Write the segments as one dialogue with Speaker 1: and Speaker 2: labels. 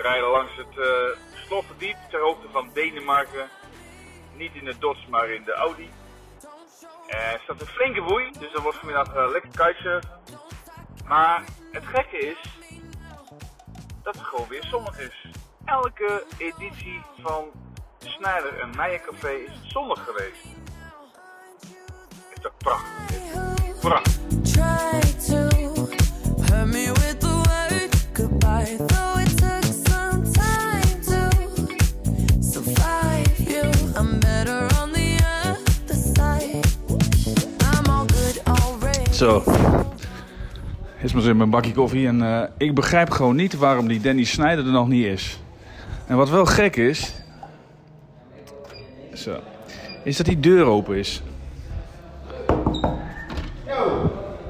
Speaker 1: rijden langs het eh Sloffendiep ter hoogte van Denemarken. Niet in de Dodge, maar in de Audi. Eh, Er staat een flinke boei, dus dat wordt vanmiddag eh, lekker kitesurf. Maar het gekke is dat het gewoon weer zonnig is. Elke editie van Snijder en Meijercafé is zonnig geweest. Het is toch prachtig. Prachtig.
Speaker 2: Try to hurt me with the word goodbye. Though it took some time to survive you, I'm better on the other side. I'm all good already.
Speaker 3: Zo. Is maar zin met een bakje koffie. En eh, ik begrijp gewoon niet waarom die Danny Snyder er nog niet is. En wat wel gek is. Zo. Is dat die deur open is.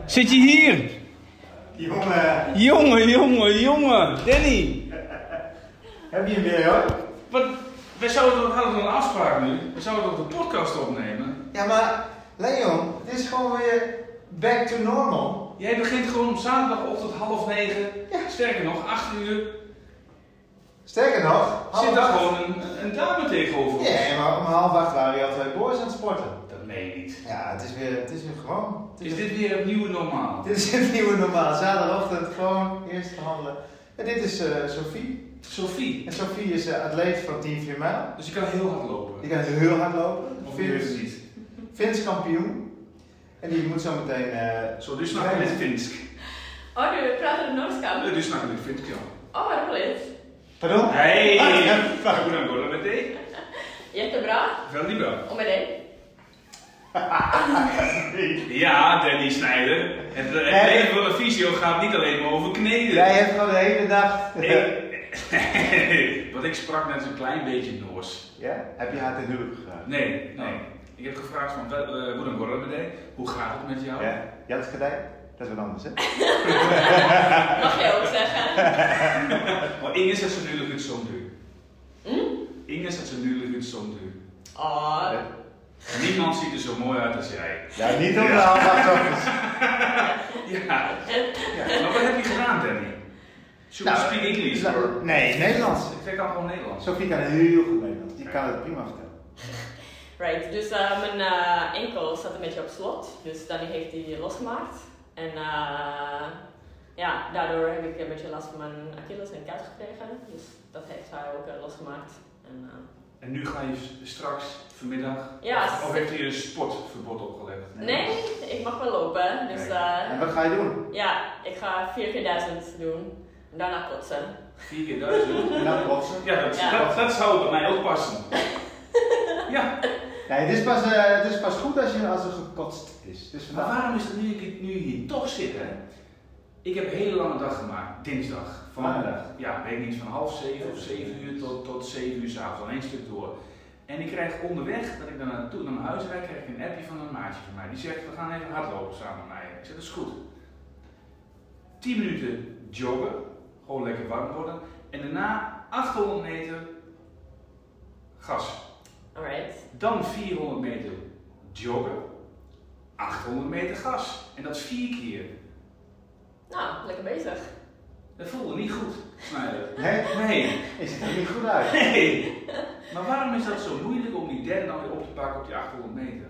Speaker 3: Zit je hier?
Speaker 4: Jongen,
Speaker 3: Jongen, jongen, jongen. Danny.
Speaker 4: heb je hem weer hoor?
Speaker 3: Wat, wij zouden, we hadden een afspraak nu. We zouden toch de podcast opnemen.
Speaker 4: Ja, maar Leon, het is gewoon weer back to normal.
Speaker 3: Jij begint gewoon op zaterdagochtend half negen. Sterker nog, acht uur.
Speaker 4: Sterker nog, half
Speaker 3: Zit daar
Speaker 4: acht-
Speaker 3: gewoon een, een dame tegenover ons.
Speaker 4: Ja, maar om half acht waren we al twee boys aan het sporten.
Speaker 3: Dat meen je niet.
Speaker 4: Ja, het is weer, het is weer gewoon. Het
Speaker 3: Is dit weer het nieuwe normaal?
Speaker 4: dit is het nieuwe normaal. Zaterdagochtend gewoon eerst handelen. En dit is eh Sophie.
Speaker 3: Sophie.
Speaker 4: En Sophie is eh, atleet van Team 4 Mijl.
Speaker 3: Dus je kan heel hard lopen.
Speaker 4: Die kan heel hard lopen.
Speaker 3: Of je
Speaker 4: Vins,
Speaker 3: ziet.
Speaker 4: Vins kampioen. En die moet zo meteen. eh,
Speaker 3: Zo, dus snakken met Finsk.
Speaker 5: Oh, nu pratar du norska?
Speaker 3: Dus snakken met Finsk, ja.
Speaker 5: Åh, vad roligt.
Speaker 4: Pardon?
Speaker 3: Hey! Nou,
Speaker 4: Ah, ja, fuck.
Speaker 3: Goedendag, goedendag met D.
Speaker 5: Jättebra.
Speaker 3: Wel die wel.
Speaker 5: Och med dig?
Speaker 3: Ja, Danny Snijder. Het, het
Speaker 4: Hey.
Speaker 3: leven van een visio gaat niet alleen maar over kneden.
Speaker 4: Jij hebt gewoon de hele dag.
Speaker 3: Ik- Want ik sprak net een klein beetje Noors.
Speaker 4: Ja? Heb je haar ten huwelijk gegaan?
Speaker 3: Nee, nee. Ik heb gevraagd van, wel, eh, goedendag, goedendag met D. Hoe gaat het met jou?
Speaker 4: Ja? Je had het gedaan? Dat is wat anders, hè?
Speaker 5: Vad ska jag också säga?
Speaker 3: Maar Inge zet ze nu het zo'n duur. Inge zet ze nu het zo'n duur.
Speaker 5: Ja.
Speaker 3: Niemand ziet er zo mooi uit als jij.
Speaker 4: Ja, niet op de half
Speaker 3: Ja. ja. Maar wat heb je gedaan, Danny? Should we speak English? or-
Speaker 4: Nou, Nee, Nederlands.
Speaker 3: Ik kan gewoon Nederlands.
Speaker 4: Sophie kan heel goed Nederlands. Die kan het prima vertellen.
Speaker 5: Right, dus eh, mijn eh, enkel zat een beetje op slot, dus Danny heeft die losgemaakt. En eh, ja, daardoor heb ik een beetje last van mijn Achilles en kat gekregen, dus dat heeft hij ook eh, losgemaakt. En, eh,
Speaker 3: En nu ga je s- straks, vanmiddag.
Speaker 5: Ja,
Speaker 3: Of, of
Speaker 5: s-
Speaker 3: heeft hij een sportverbod opgelegd?
Speaker 5: nee, ik mag wel lopen, dus eh,
Speaker 4: En wat ga je doen?
Speaker 5: ja, ik ga 4 keer 1000 doen en daarna kotsen.
Speaker 3: Vier keer duizend.
Speaker 4: Nou, boksen.
Speaker 3: Ja, dat,
Speaker 5: Ja.
Speaker 3: Dat, dat zou bij mij ook passen. ja.
Speaker 4: Nee, het is pas, eh, het is pas goed als, je, als er gekotst is. Dus
Speaker 3: Maar
Speaker 4: vandaag.
Speaker 3: waarom is het nu ik nu hier toch zit, hè? Ik heb een hele lange dag gemaakt, dinsdag. Van,
Speaker 4: Maandag.
Speaker 3: Ja, weet ik niet, van half zeven of zeven uur tot, tot zeven uur s'avonds, al één stuk door. En ik krijg onderweg, dat ik dan naartoe naar mijn huis rijd, krijg ik een appje van een maatje van mij. Die zegt, we gaan even hardlopen samen met mij. Ik zeg, dat is goed. Tien minuten joggen, gewoon lekker warm worden. En daarna 800 meter gas.
Speaker 5: Alright,
Speaker 3: Dan 400 meter joggen, 800 meter gas. En dat vier keer.
Speaker 5: nou, lekker bezig.
Speaker 3: Dat voelde niet goed, Snijder.
Speaker 4: Nee,
Speaker 3: Nee,
Speaker 4: je ziet er niet goed uit.
Speaker 3: nee. Maar waarom is dat zo moeilijk om die derde dan weer op te pakken op die 800 meter?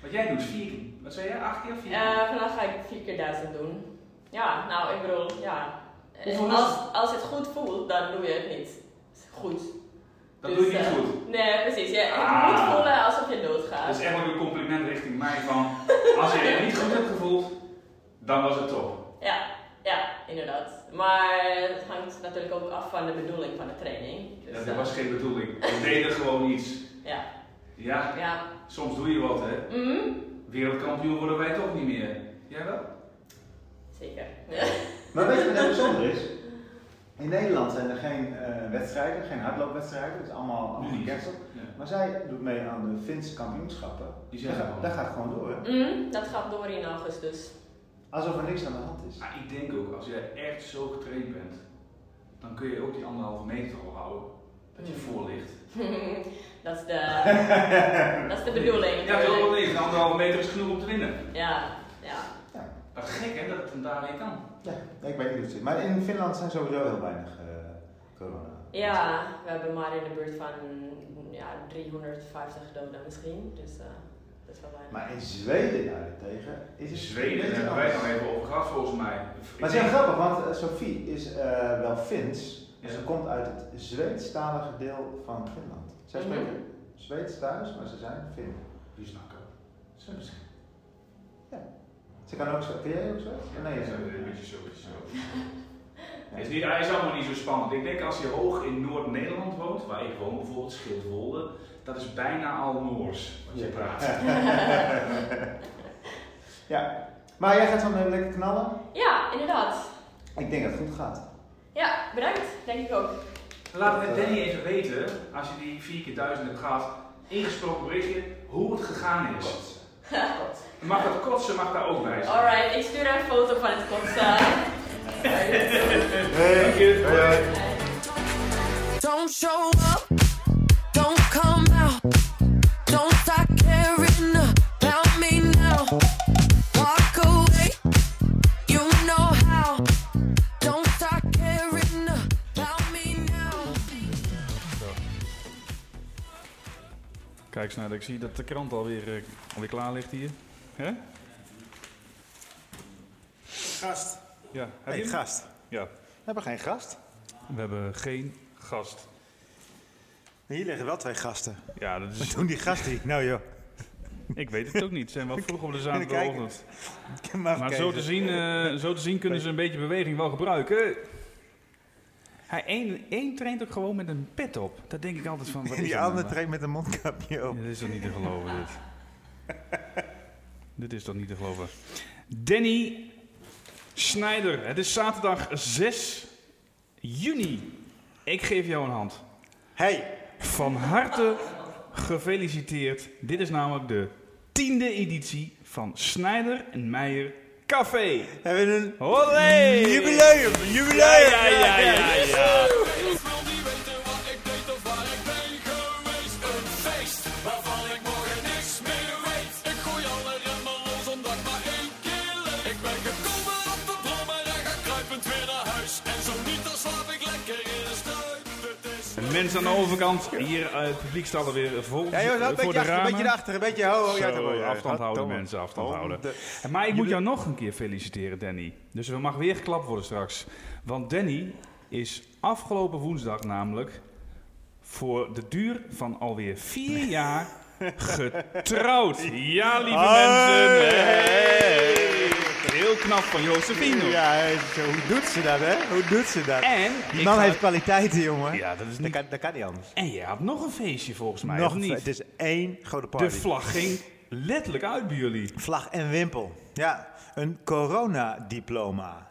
Speaker 3: Want jij doet vier keer, wat zei jij, acht keer of vier keer?
Speaker 5: Eh, vandaag ga ik 4 keer 1000 doen. Ja, nou, ik bedoel, ja.
Speaker 3: Hoeveel is
Speaker 5: Als, als het goed voelt, dan doe je het niet goed.
Speaker 3: dat doe je
Speaker 5: Dus,
Speaker 3: niet
Speaker 5: eh,
Speaker 3: goed.
Speaker 5: Nee, precies. Je
Speaker 3: Ah. Dus
Speaker 5: moet voelen alsof je
Speaker 3: Dat
Speaker 5: doodgaat.
Speaker 3: is eigenlijk een compliment richting mij van, als je je niet goed hebt gevoeld, dan was het top.
Speaker 5: Ja, ja, inderdaad. Maar het hangt natuurlijk ook af van de bedoeling van de training. Dus,
Speaker 3: Dat
Speaker 5: eh,
Speaker 3: was geen bedoeling. We deden gewoon iets.
Speaker 5: Ja,
Speaker 3: Ja,
Speaker 5: ja.
Speaker 3: soms doe je wat hè.
Speaker 5: Mhm.
Speaker 3: Wereldkampioen worden wij toch niet meer. Jij wel?
Speaker 5: Zeker.
Speaker 4: Maar weet je wat heel bijzonder is? In Nederland zijn er geen eh, wedstrijden, geen hardloopwedstrijden. Het is allemaal, allemaal
Speaker 3: Nu niet.
Speaker 4: gecanceld.
Speaker 3: Ja.
Speaker 4: Maar zij doet mee aan de Finse kampioenschappen.
Speaker 3: Die zijn
Speaker 4: dat,
Speaker 3: er al.
Speaker 4: gaat- dat gaat gewoon door. hè?
Speaker 5: Mhm, Dat gaat door in augustus.
Speaker 4: Alsof er niks aan de hand is.
Speaker 3: Maar ik denk ook, als jij echt zo getraind bent, dan kun je ook die anderhalve meter al houden. Dat je
Speaker 5: Mm.
Speaker 3: voor ligt.
Speaker 5: dat, is de, dat is de bedoeling.
Speaker 3: Ja, wel wel niet. Anderhalve meter is genoeg om te winnen.
Speaker 5: Ja, ja.
Speaker 4: Ja.
Speaker 3: Wat gek hè, dat het een daar weer kan.
Speaker 4: Ja, ik weet niet hoe het zit. Maar in Finland zijn sowieso heel weinig eh
Speaker 5: Ja, we hebben maar in de buurt van ja, 350 doden misschien. Dus eh, dat is wel weinig.
Speaker 4: Maar in Zweden daarentegen is
Speaker 6: In
Speaker 4: het.
Speaker 6: Zweden,
Speaker 4: een
Speaker 6: daar
Speaker 4: beetje
Speaker 6: hebben wij het
Speaker 4: anders.
Speaker 6: nog even over gehad volgens mij. Ik
Speaker 4: Maar het is
Speaker 6: denk-
Speaker 4: heel grappig, want eh, Sophie is eh, wel Fins.
Speaker 6: Ja.
Speaker 4: En ze komt uit het Zweedstalige deel van Finland. Zij
Speaker 5: Mhm.
Speaker 4: spreken Zweeds thuis, maar ze zijn Fin.
Speaker 6: Die snakken. Zo misschien.
Speaker 4: Ze kan ook zo. Kun jij ook zo?
Speaker 6: Nee,
Speaker 4: zo.
Speaker 6: een beetje zo, een beetje zo. Het is niet, hij is allemaal niet zo spannend. Ik denk als je hoog in Noord-Nederland woont, waar ik woon bijvoorbeeld, Schildwolde, dat is bijna al Noors wat je
Speaker 4: Ja.
Speaker 6: praat.
Speaker 4: ja. Maar jij gaat zo meteen lekker knallen.
Speaker 5: Ja, inderdaad.
Speaker 4: Ik denk dat het goed gaat.
Speaker 5: Ja, bedankt. Denk ik ook.
Speaker 6: Laat
Speaker 4: eh,
Speaker 6: het Danny even weten, als je die vier keer duizend hebt gehad, ingesproken berichtje, hoe het gegaan is. Mag het kotsen, mag daar ook bij zijn.
Speaker 5: Alright, ik stuur een foto van het kotsen.
Speaker 4: Hey.
Speaker 2: Don't show up, don't come out, don't start caring about me now. Walk away, you know how. Don't start caring about me now.
Speaker 3: Kijk snel, ik zie dat de krant alweer, eh, alweer klaar ligt hier. Hè?
Speaker 4: Gast.
Speaker 3: Ja, heb je hem?
Speaker 4: gast.
Speaker 3: Ja,
Speaker 4: We hebben geen gast.
Speaker 3: we hebben geen gast.
Speaker 4: Hier liggen wel twee gasten.
Speaker 3: Ja, dat is,
Speaker 4: Toen die gast die. Nou joh.
Speaker 3: ik weet het ook niet. Zijn wel vroeg op de zaterdagochtend.
Speaker 4: Ik heb
Speaker 3: Maar zo te, zien, eh, zo te zien kunnen ze een beetje beweging wel gebruiken. Hij één, één traint ook gewoon met een pet op. Daar denk ik altijd van. Wat is dat
Speaker 4: Die
Speaker 3: nou?
Speaker 4: andere treedt met een mondkapje op.
Speaker 3: Ja, dit is toch niet te geloven, dit. dit is toch niet te geloven. Danny Schneider, het is zaterdag 6 juni. Ik geef jou een hand.
Speaker 4: Hey,
Speaker 3: Van harte gefeliciteerd. Dit is namelijk de tiende editie van Schneider en Meijer Café.
Speaker 4: we hebben een
Speaker 3: Olé!
Speaker 4: jubileum, jubileum!
Speaker 3: Ja, ja, ja, ja. Mensen aan de overkant, hier eh, het publiek staat alweer vol
Speaker 4: Ja, joh, nou, een
Speaker 3: voor
Speaker 4: beetje
Speaker 3: de
Speaker 4: achter, een
Speaker 3: ramen.
Speaker 4: beetje achter, een beetje ho, ho, Oh, ja,
Speaker 3: Zo,
Speaker 4: ho, ja,
Speaker 3: afstand
Speaker 4: ho,
Speaker 3: houden
Speaker 4: ho,
Speaker 3: mensen, afstand
Speaker 4: ho,
Speaker 3: houden.
Speaker 4: de-
Speaker 3: Maar ik moet jou nog een keer feliciteren, Danny. Dus we mag weer geklapt worden straks. Want Danny is afgelopen woensdag namelijk voor de duur van alweer vier jaar getrouwd. Ja, lieve mensen. Hey. Heel knap van Josephine.
Speaker 4: Ja, zo, hoe doet ze dat, hè? Hoe doet ze dat?
Speaker 3: En
Speaker 4: Die
Speaker 3: ik
Speaker 4: man
Speaker 3: ga-
Speaker 4: heeft kwaliteiten, jongen.
Speaker 3: Ja, dat is
Speaker 4: dat,
Speaker 3: niet...
Speaker 4: kan, dat kan niet anders.
Speaker 3: En je had nog een feestje volgens mij,
Speaker 4: Nog
Speaker 3: of
Speaker 4: een- Het
Speaker 3: niet?
Speaker 4: is één grote
Speaker 3: De
Speaker 4: party.
Speaker 3: vlag ging letterlijk uit bij jullie.
Speaker 4: Vlag en wimpel. Ja, een coronadiploma.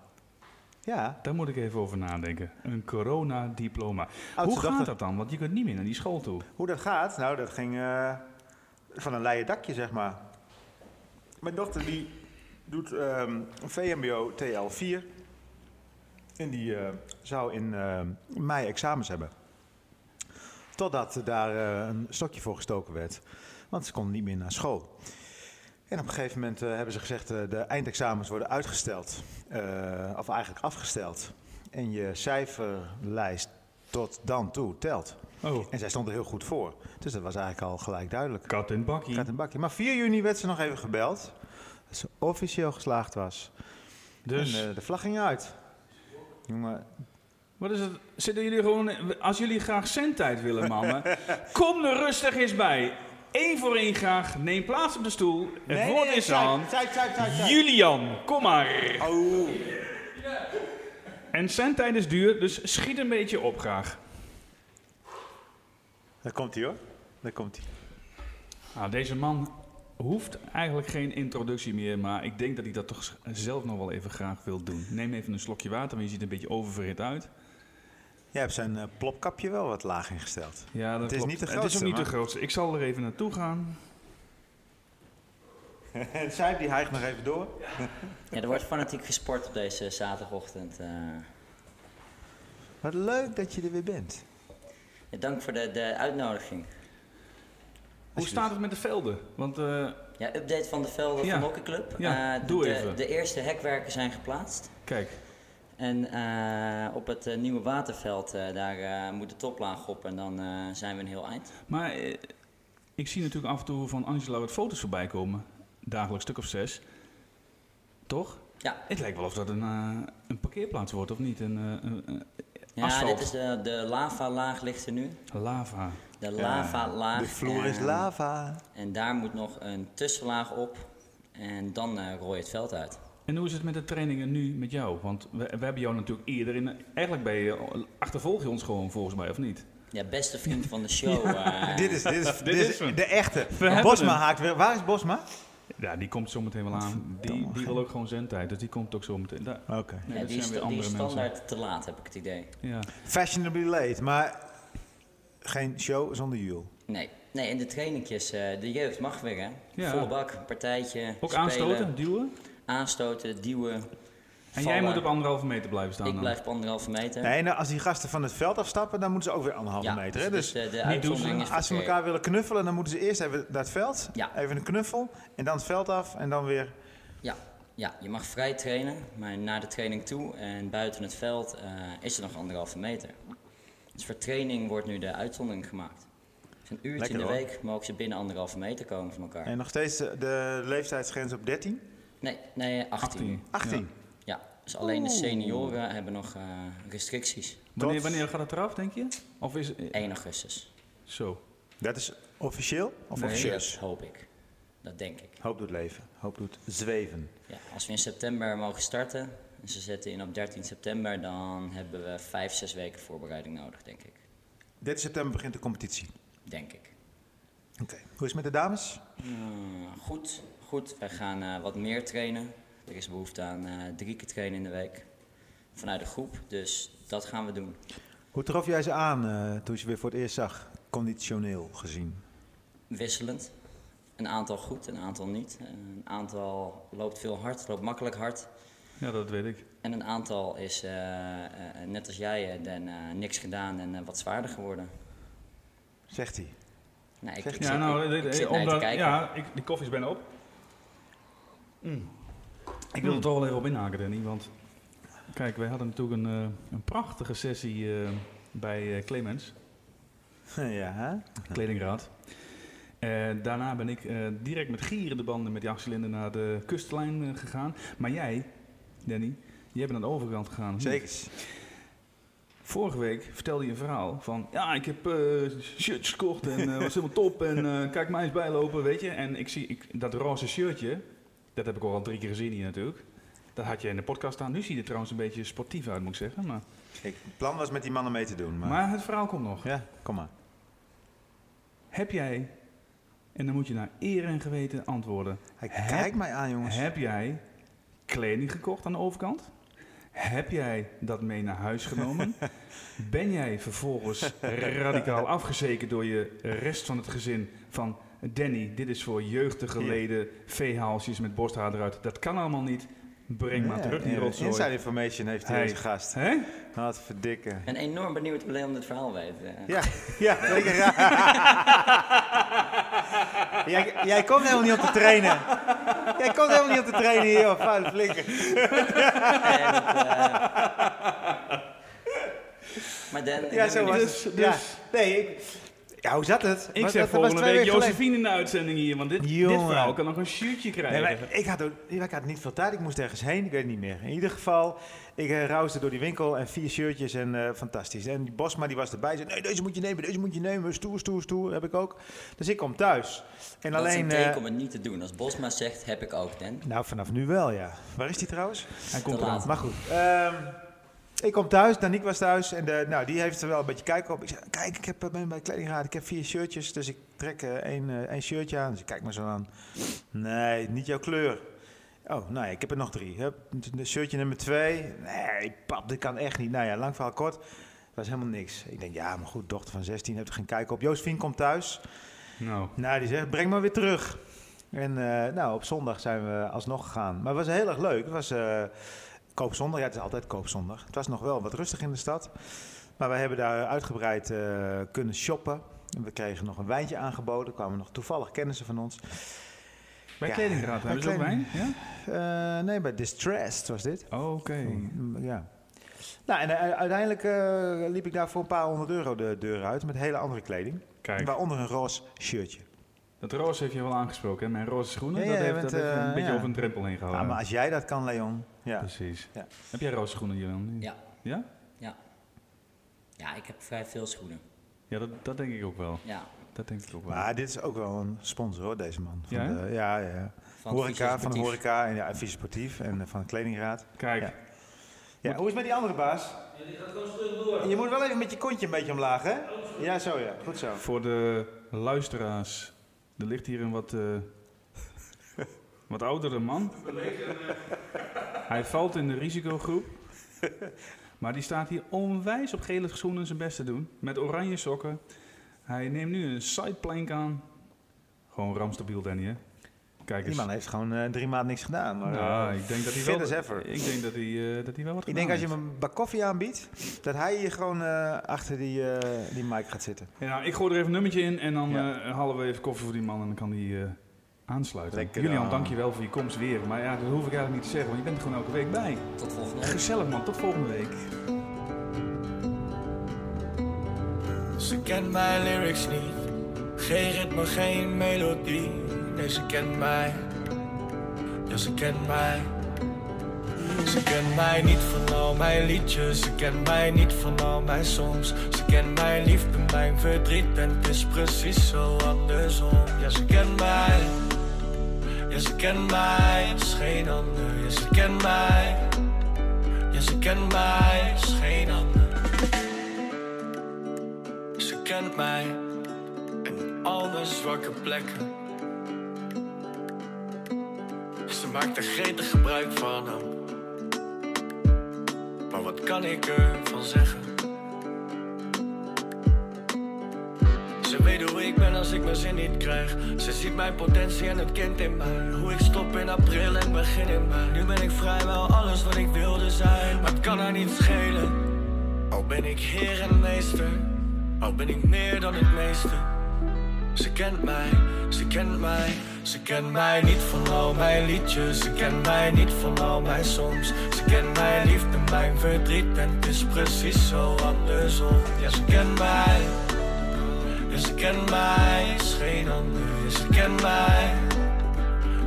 Speaker 4: Ja,
Speaker 3: Daar moet ik even over nadenken. Een coronadiploma. Hoe
Speaker 4: Oudste
Speaker 3: gaat
Speaker 4: dochter.
Speaker 3: dat dan? Want je kunt niet meer naar die school toe.
Speaker 4: hoe dat gaat? Nou, dat ging eh, van een leien dakje, zeg maar. Mijn dochter die doet ehm, VMBO TL4. En die eh, zou in ehm, mei examens hebben. Totdat daar eh, een stokje voor gestoken werd. Want ze kon niet meer naar school. En op een gegeven moment eh, hebben ze gezegd... eh, de eindexamens worden uitgesteld. Eh, of eigenlijk afgesteld. En je cijferlijst tot dan toe telt.
Speaker 3: Oh,
Speaker 4: En zij stond er heel goed voor. Dus dat was eigenlijk al gelijk duidelijk.
Speaker 3: kat in het bakkie.
Speaker 4: Gaat een bakje. Maar 4 juni werd ze nog even gebeld. Dat ze officieel geslaagd was.
Speaker 3: Dus,
Speaker 4: En eh, de vlag ging uit. Jongen,
Speaker 3: wat is het? Zitten jullie gewoon... Als jullie graag zendtijd willen, mannen, kom er rustig eens bij. Eén voor één graag. Neem plaats op de stoel. Het woord is aan Julian. Kom maar.
Speaker 4: Oh.
Speaker 3: En zendtijd is duur, dus schiet een beetje op graag.
Speaker 4: Daar komt hij hoor. Daar komt hij.
Speaker 3: Nou, deze man hoeft eigenlijk geen introductie meer, maar ik denk dat hij dat toch z- zelf nog wel even graag wil doen. Neem even een slokje water, want je ziet er een beetje oververhit uit.
Speaker 4: Jij hebt zijn eh, plopkapje wel wat laag ingesteld.
Speaker 3: Ja, dat
Speaker 4: Het is
Speaker 3: klopt.
Speaker 4: niet de
Speaker 3: Het is ook
Speaker 4: grootste,
Speaker 3: niet de
Speaker 4: maar-
Speaker 3: grootste. Ik zal er even naartoe gaan.
Speaker 4: En zij die hijgt nog even door.
Speaker 7: Ja, er wordt fanatiek gesport op deze zaterdagochtend. eh.
Speaker 4: Wat leuk dat je er weer bent.
Speaker 7: Ja, dank voor de, de uitnodiging.
Speaker 3: Hoe staat het met de velden? Want eh,
Speaker 7: Ja, update van de velden
Speaker 3: Ja.
Speaker 7: van Hockeyclub.
Speaker 3: Ja,
Speaker 7: Eh,
Speaker 3: doe
Speaker 7: de,
Speaker 3: even.
Speaker 7: De eerste hekwerken zijn geplaatst.
Speaker 3: kijk,
Speaker 7: En eh, op het eh, nieuwe waterveld, eh, daar eh, moet de toplaag op en dan eh, zijn we een heel eind.
Speaker 3: Maar eh, ik zie natuurlijk af en toe van Angela wat foto's voorbij komen. Dagelijks stuk of zes. Toch?
Speaker 7: Ja.
Speaker 3: Het lijkt wel of dat een, eh, een parkeerplaats wordt, of niet? Een, eh, een- een
Speaker 7: Ja,
Speaker 3: Asfalt.
Speaker 7: dit is de, de lavalaag ligt er nu.
Speaker 3: lava.
Speaker 7: De eh, lavalaag.
Speaker 4: De vloer is
Speaker 7: en-
Speaker 4: lava.
Speaker 7: En daar moet nog een tussenlaag op. En dan eh rooi je het veld uit.
Speaker 3: En hoe is het met de trainingen nu met jou? Want we, we hebben jou natuurlijk eerder in... Eigenlijk ben je, achtervolg je ons gewoon volgens mij, of niet?
Speaker 7: Ja, beste vriend van de show. eh,
Speaker 4: Dit is, dit is, dit
Speaker 3: is
Speaker 4: is
Speaker 3: hem.
Speaker 4: de echte.
Speaker 3: hebben
Speaker 4: Bosma
Speaker 3: hem.
Speaker 4: haakt weer. Waar is Bosma?
Speaker 3: Ja, die komt zometeen wel aan. Die,
Speaker 4: Godverdomme,
Speaker 3: die wil ook gewoon zendtijd, dus die komt ook zometeen. Daar,
Speaker 4: Oké.
Speaker 7: ja,
Speaker 3: nee, dat
Speaker 7: die, is
Speaker 3: zijn weer
Speaker 7: sta- die is
Speaker 3: andere
Speaker 7: standaard
Speaker 3: mensen.
Speaker 7: te laat, heb ik het idee.
Speaker 3: Ja.
Speaker 4: Fashionably late, maar geen show zonder Jules.
Speaker 7: Nee. Nee, en de trainingjes, eh, de jeugd mag weer, hè?
Speaker 3: Ja.
Speaker 7: Volle bak, partijtje.
Speaker 3: Ook
Speaker 7: spelen,
Speaker 3: aanstoten, duwen.
Speaker 7: Aanstoten, duwen.
Speaker 3: En jij moet op anderhalve meter blijven staan
Speaker 7: Ik
Speaker 3: dan.
Speaker 7: blijf op anderhalve meter.
Speaker 4: Nee, nou, als die gasten van het veld afstappen, dan moeten ze ook weer anderhalve
Speaker 7: Ja,
Speaker 4: meter. Hè? Dus
Speaker 7: de, de
Speaker 3: niet
Speaker 7: uitzondering is
Speaker 4: als ze
Speaker 7: verkeerd.
Speaker 4: elkaar willen knuffelen, dan moeten ze eerst even naar het veld.
Speaker 7: Ja.
Speaker 4: Even een knuffel en dan het veld af en dan weer.
Speaker 7: Ja, ja, je mag vrij trainen, maar naar de training toe en buiten het veld eh, is er nog anderhalve meter. Dus voor training wordt nu de uitzondering gemaakt. Dus een uurtje
Speaker 4: Lekker,
Speaker 7: in de
Speaker 4: hoor.
Speaker 7: week mogen ze binnen anderhalve meter komen van elkaar.
Speaker 4: En nog steeds eh, de leeftijdsgrens op 13,
Speaker 7: Nee, nee 18.
Speaker 3: 18.
Speaker 4: 18.
Speaker 7: Ja, dus alleen de senioren hebben nog eh, restricties.
Speaker 3: Wanneer,
Speaker 4: Tot-
Speaker 3: wanneer gaat het eraf, denk je? Of is... eh,
Speaker 7: 1 augustus.
Speaker 3: Zo.
Speaker 4: Dat is officieel of
Speaker 3: Nee.
Speaker 4: officieus?
Speaker 7: Dat hoop ik. Dat denk ik.
Speaker 4: Hoop doet leven, hoop doet zweven.
Speaker 7: Ja, als we in september mogen starten en ze zetten in op 13 september, dan hebben we 5, 6 weken voorbereiding nodig, denk ik.
Speaker 4: 13 september begint de competitie.
Speaker 7: Denk ik.
Speaker 4: Oké. Hoe is het met de dames?
Speaker 7: Eh, goed, goed. Wij gaan eh, wat meer trainen. Er is behoefte aan eh, drie keer trainen in de week. Vanuit de groep, dus dat gaan we doen.
Speaker 4: Hoe trof jij ze aan eh, toen je ze weer voor het eerst zag, conditioneel gezien?
Speaker 7: Wisselend. Een aantal goed, een aantal niet. Een aantal loopt veel hard, loopt makkelijk hard.
Speaker 3: Ja, dat weet ik.
Speaker 7: En een aantal is, eh, eh, net als jij, eh, dan, eh, niks gedaan en eh, wat zwaarder geworden.
Speaker 4: Zegt hij.
Speaker 7: Nou, ik,
Speaker 4: Zeg
Speaker 7: ik
Speaker 4: je-
Speaker 3: Ja,
Speaker 7: zit,
Speaker 3: nou,
Speaker 7: ik-
Speaker 3: dit-
Speaker 7: ik zit naar je te
Speaker 3: omdat,
Speaker 7: kijken.
Speaker 3: ja, ik, die koffie is bijna op. Mm. Ik wil er toch wel even op inhaken, Danny. Want kijk, wij hadden natuurlijk een, eh, een prachtige sessie eh, bij eh, Clemens,
Speaker 4: ja, hè?
Speaker 3: Kledingraad. Eh, daarna ben ik eh, direct met gierende banden met die achtcilinder naar de kustlijn eh, gegaan. Maar jij, Danny, jij bent aan de overkant gegaan. of niet?
Speaker 4: Zeker.
Speaker 3: Vorige week vertelde je een verhaal van... Ja, ik heb eh, shirts gekocht en eh was helemaal top en eh, kijk mij eens bijlopen, weet je. En ik zie ik, dat roze shirtje, dat heb ik al wel drie keer gezien hier natuurlijk. Dat had je in de podcast staan. Nu zie je er trouwens een beetje sportief uit, moet ik zeggen. Maar,
Speaker 4: Ik, het plan was met die mannen mee te doen, maar...
Speaker 3: maar het verhaal komt nog.
Speaker 4: Ja, kom maar.
Speaker 3: Heb jij, en dan moet je naar eer en geweten antwoorden...
Speaker 4: Hij
Speaker 3: Heb-
Speaker 4: kijkt mij aan, jongens.
Speaker 3: Heb jij kleding gekocht aan de overkant? Heb jij dat mee naar huis genomen? Ben jij vervolgens radicaal afgezekerd door je rest van het gezin van Danny, dit is voor jeugdige
Speaker 4: Hier.
Speaker 3: leden, veehaalsjes met borsthaar eruit. Dat kan allemaal niet. Breng maar
Speaker 4: Ja,
Speaker 3: terug die
Speaker 4: ja, Inside
Speaker 3: rotzooi.
Speaker 4: information heeft
Speaker 3: Hey.
Speaker 4: deze gast.
Speaker 3: Hè?
Speaker 4: Wat verdikken.
Speaker 7: Ik ben enorm benieuwd hoe Leon dit verhaal weet. eh.
Speaker 4: Ja, ja, zeker. jij, jij komt helemaal niet om te trainen. Jij komt helemaal niet om te trainen hier, joh, vuile flikker.
Speaker 7: Nee,
Speaker 8: uh,
Speaker 7: dat, eh. maar Dan, ik
Speaker 4: Ja,
Speaker 7: ben
Speaker 4: zo was
Speaker 7: benieuwd.
Speaker 3: Dus-
Speaker 4: het. Ja.
Speaker 3: dus-
Speaker 4: Nee, ik, ja, hoe zat het?
Speaker 3: Ik
Speaker 4: Wat-
Speaker 3: zeg
Speaker 4: dat was
Speaker 3: volgende
Speaker 4: twee
Speaker 3: week
Speaker 4: weken geleden.
Speaker 3: Josephine in de uitzending hier, want dit, dit
Speaker 4: Jongen.
Speaker 3: verhaal kan nog een shootje
Speaker 4: Nee,
Speaker 3: krijgen.
Speaker 4: maar ik, had ook, ik had niet veel tijd, ik moest ergens heen, ik weet het niet meer. In ieder geval, ik eh, rausde door die winkel en vier shirtjes en eh, fantastisch. En die Bosma die was erbij, zei, nee, deze moet je nemen, deze moet je nemen, stoer, stoer, stoer, heb ik ook. Dus ik kom thuis. En
Speaker 7: Dat is
Speaker 4: alleen...
Speaker 7: een teken
Speaker 4: eh,
Speaker 7: om het niet te doen. Als Bosma zegt, heb ik ook, Dan.
Speaker 4: nou, vanaf nu wel, ja. Waar is die trouwens?
Speaker 3: Hij komt
Speaker 7: te laat.
Speaker 3: eraan.
Speaker 4: Maar goed. ehm, ik kom thuis, Danique was thuis en de, nou, die heeft er wel een beetje kijk op. Ik zei, kijk, ik heb eh, ben bij de kledingraad, ik heb vier shirtjes, dus ik trek eh, één, eh, één shirtje aan. Dus ik kijk me zo aan. Nee, niet jouw kleur. Oh, nou ja, ik heb er nog drie. Hup, de shirtje nummer twee. Nee, pap, dit kan echt niet. Nou ja, lang verhaal kort. Het was helemaal niks. Ik denk, ja, maar goed, dochter van 16, heb er geen kijk op. Joostvien komt thuis.
Speaker 3: Nou,
Speaker 4: Nou, die zegt, breng maar weer terug. En eh, nou, op zondag zijn we alsnog gegaan. Maar het was heel erg leuk. Het was eh, koopzondag. Ja, het is altijd koopzondag. Het was nog wel wat rustig in de stad. Maar we hebben daar uitgebreid eh, kunnen shoppen. En we kregen nog een wijntje aangeboden. Er kwamen nog toevallig kennissen van ons.
Speaker 3: bij
Speaker 4: Ja,
Speaker 3: kledingraad
Speaker 4: bij
Speaker 3: hebben ze ook wijn? Ja?
Speaker 4: kleding-
Speaker 3: Oh,
Speaker 4: Eh, nee, bij Distressed was dit.
Speaker 3: Oké.
Speaker 4: Mm, Ja. Nou, en eh, uiteindelijk eh, liep ik daar voor een paar honderd euro de deur uit met hele andere kleding.
Speaker 3: Kijk,
Speaker 4: Waaronder een roze shirtje.
Speaker 3: dat roos heeft je wel aangesproken. Hè? Mijn roze schoenen,
Speaker 4: Ja,
Speaker 3: Oh, dat
Speaker 4: ja,
Speaker 3: heeft,
Speaker 4: je
Speaker 3: dat
Speaker 4: bent,
Speaker 3: heeft je een
Speaker 4: eh,
Speaker 3: beetje
Speaker 4: ja.
Speaker 3: over een drempel heen gehouden.
Speaker 4: Ah, maar als jij dat kan, Leon. Ja.
Speaker 3: Precies.
Speaker 4: Ja.
Speaker 3: Heb jij roze schoenen, Jeroen?
Speaker 7: Ja.
Speaker 3: Ja?
Speaker 7: Ja, ik heb vrij veel schoenen.
Speaker 3: Ja, dat, dat denk ik ook wel.
Speaker 7: Ja,
Speaker 3: Dat denk ik ook wel.
Speaker 4: Maar dit is ook wel een sponsor, hoor, deze man. Van
Speaker 3: Ja, hè?
Speaker 4: de, ja, ja, ja.
Speaker 7: van
Speaker 4: Horeca, van de
Speaker 7: Fysiosportief.
Speaker 4: horeca en ja, Vies sportief en eh, van de kledingraad.
Speaker 3: Kijk,
Speaker 4: Ja. Ja, hoe is het met die andere baas? Je moet wel even met je kontje een beetje omlaag, hè? Ja, zo ja. Goed zo.
Speaker 3: voor de luisteraars. Er ligt hier een wat, eh, wat oudere man. Hij valt in de risicogroep. Maar die staat hier onwijs op gele schoenen zijn best te doen. Met oranje sokken. Hij neemt nu een sideplank aan. Gewoon ramstabiel, Danny, hè? Kijk
Speaker 4: Die
Speaker 3: eens.
Speaker 4: man heeft gewoon eh, drie maanden niks gedaan. Maar,
Speaker 3: Ja,
Speaker 4: eh,
Speaker 3: ik denk dat hij
Speaker 4: fit
Speaker 3: wel...
Speaker 4: as ever.
Speaker 3: Ik denk dat hij, eh, dat hij wel wat
Speaker 4: Ik denk als je
Speaker 3: gedaan
Speaker 4: hem een bak koffie aanbiedt, dat hij hier gewoon eh, achter die, eh, die mic gaat zitten.
Speaker 3: Ja, nou, ik gooi er even een nummertje in en dan
Speaker 4: Ja.
Speaker 3: eh, halen we even koffie voor die man en dan kan die eh, aansluiten.
Speaker 4: Lekker
Speaker 3: Julian,
Speaker 4: dan.
Speaker 3: dankjewel voor je komst weer. Maar ja, dat hoef ik eigenlijk niet te zeggen, want je bent er gewoon elke week bij.
Speaker 7: Tot volgende week.
Speaker 3: Gezellig man, tot volgende week.
Speaker 8: Ze kent mijn lyrics niet, geen ritme, geen melodie. Nee, ze kent mij, ja, ze kent mij. Ze kent mij niet van al mijn liedjes, ze kent mij niet van al mijn songs. Ze kent mijn liefde, mijn verdriet en het is precies zo andersom. Ja, ze kent mij, ja, ze kent mij, als geen ander. Ja, ze kent mij, ja, ze kent mij, als geen ander. Ze kent mij en al mijn zwakke plekken. Ze maakt er gretig gebruik van hem. Maar wat kan ik ervan zeggen? Ze weet hoe ik ben als ik mijn zin niet krijg. Ze ziet mijn potentie en het kind in mij. Hoe ik stop in april en begin in mei. Nu ben ik vrijwel alles wat ik wilde zijn. Maar het kan haar niet schelen. Al ben ik heer en meester, al ben ik meer dan het meeste. Ze kent mij, ze kent mij, ze kent mij niet van al mijn liedjes. Ze kent mij niet van al mijn soms. Ze kent mijn liefde, mijn verdriet en het is precies zo andersom. Ja, ze kent mij, ja, ze kent mij, is geen ander. Ja, ze kent mij,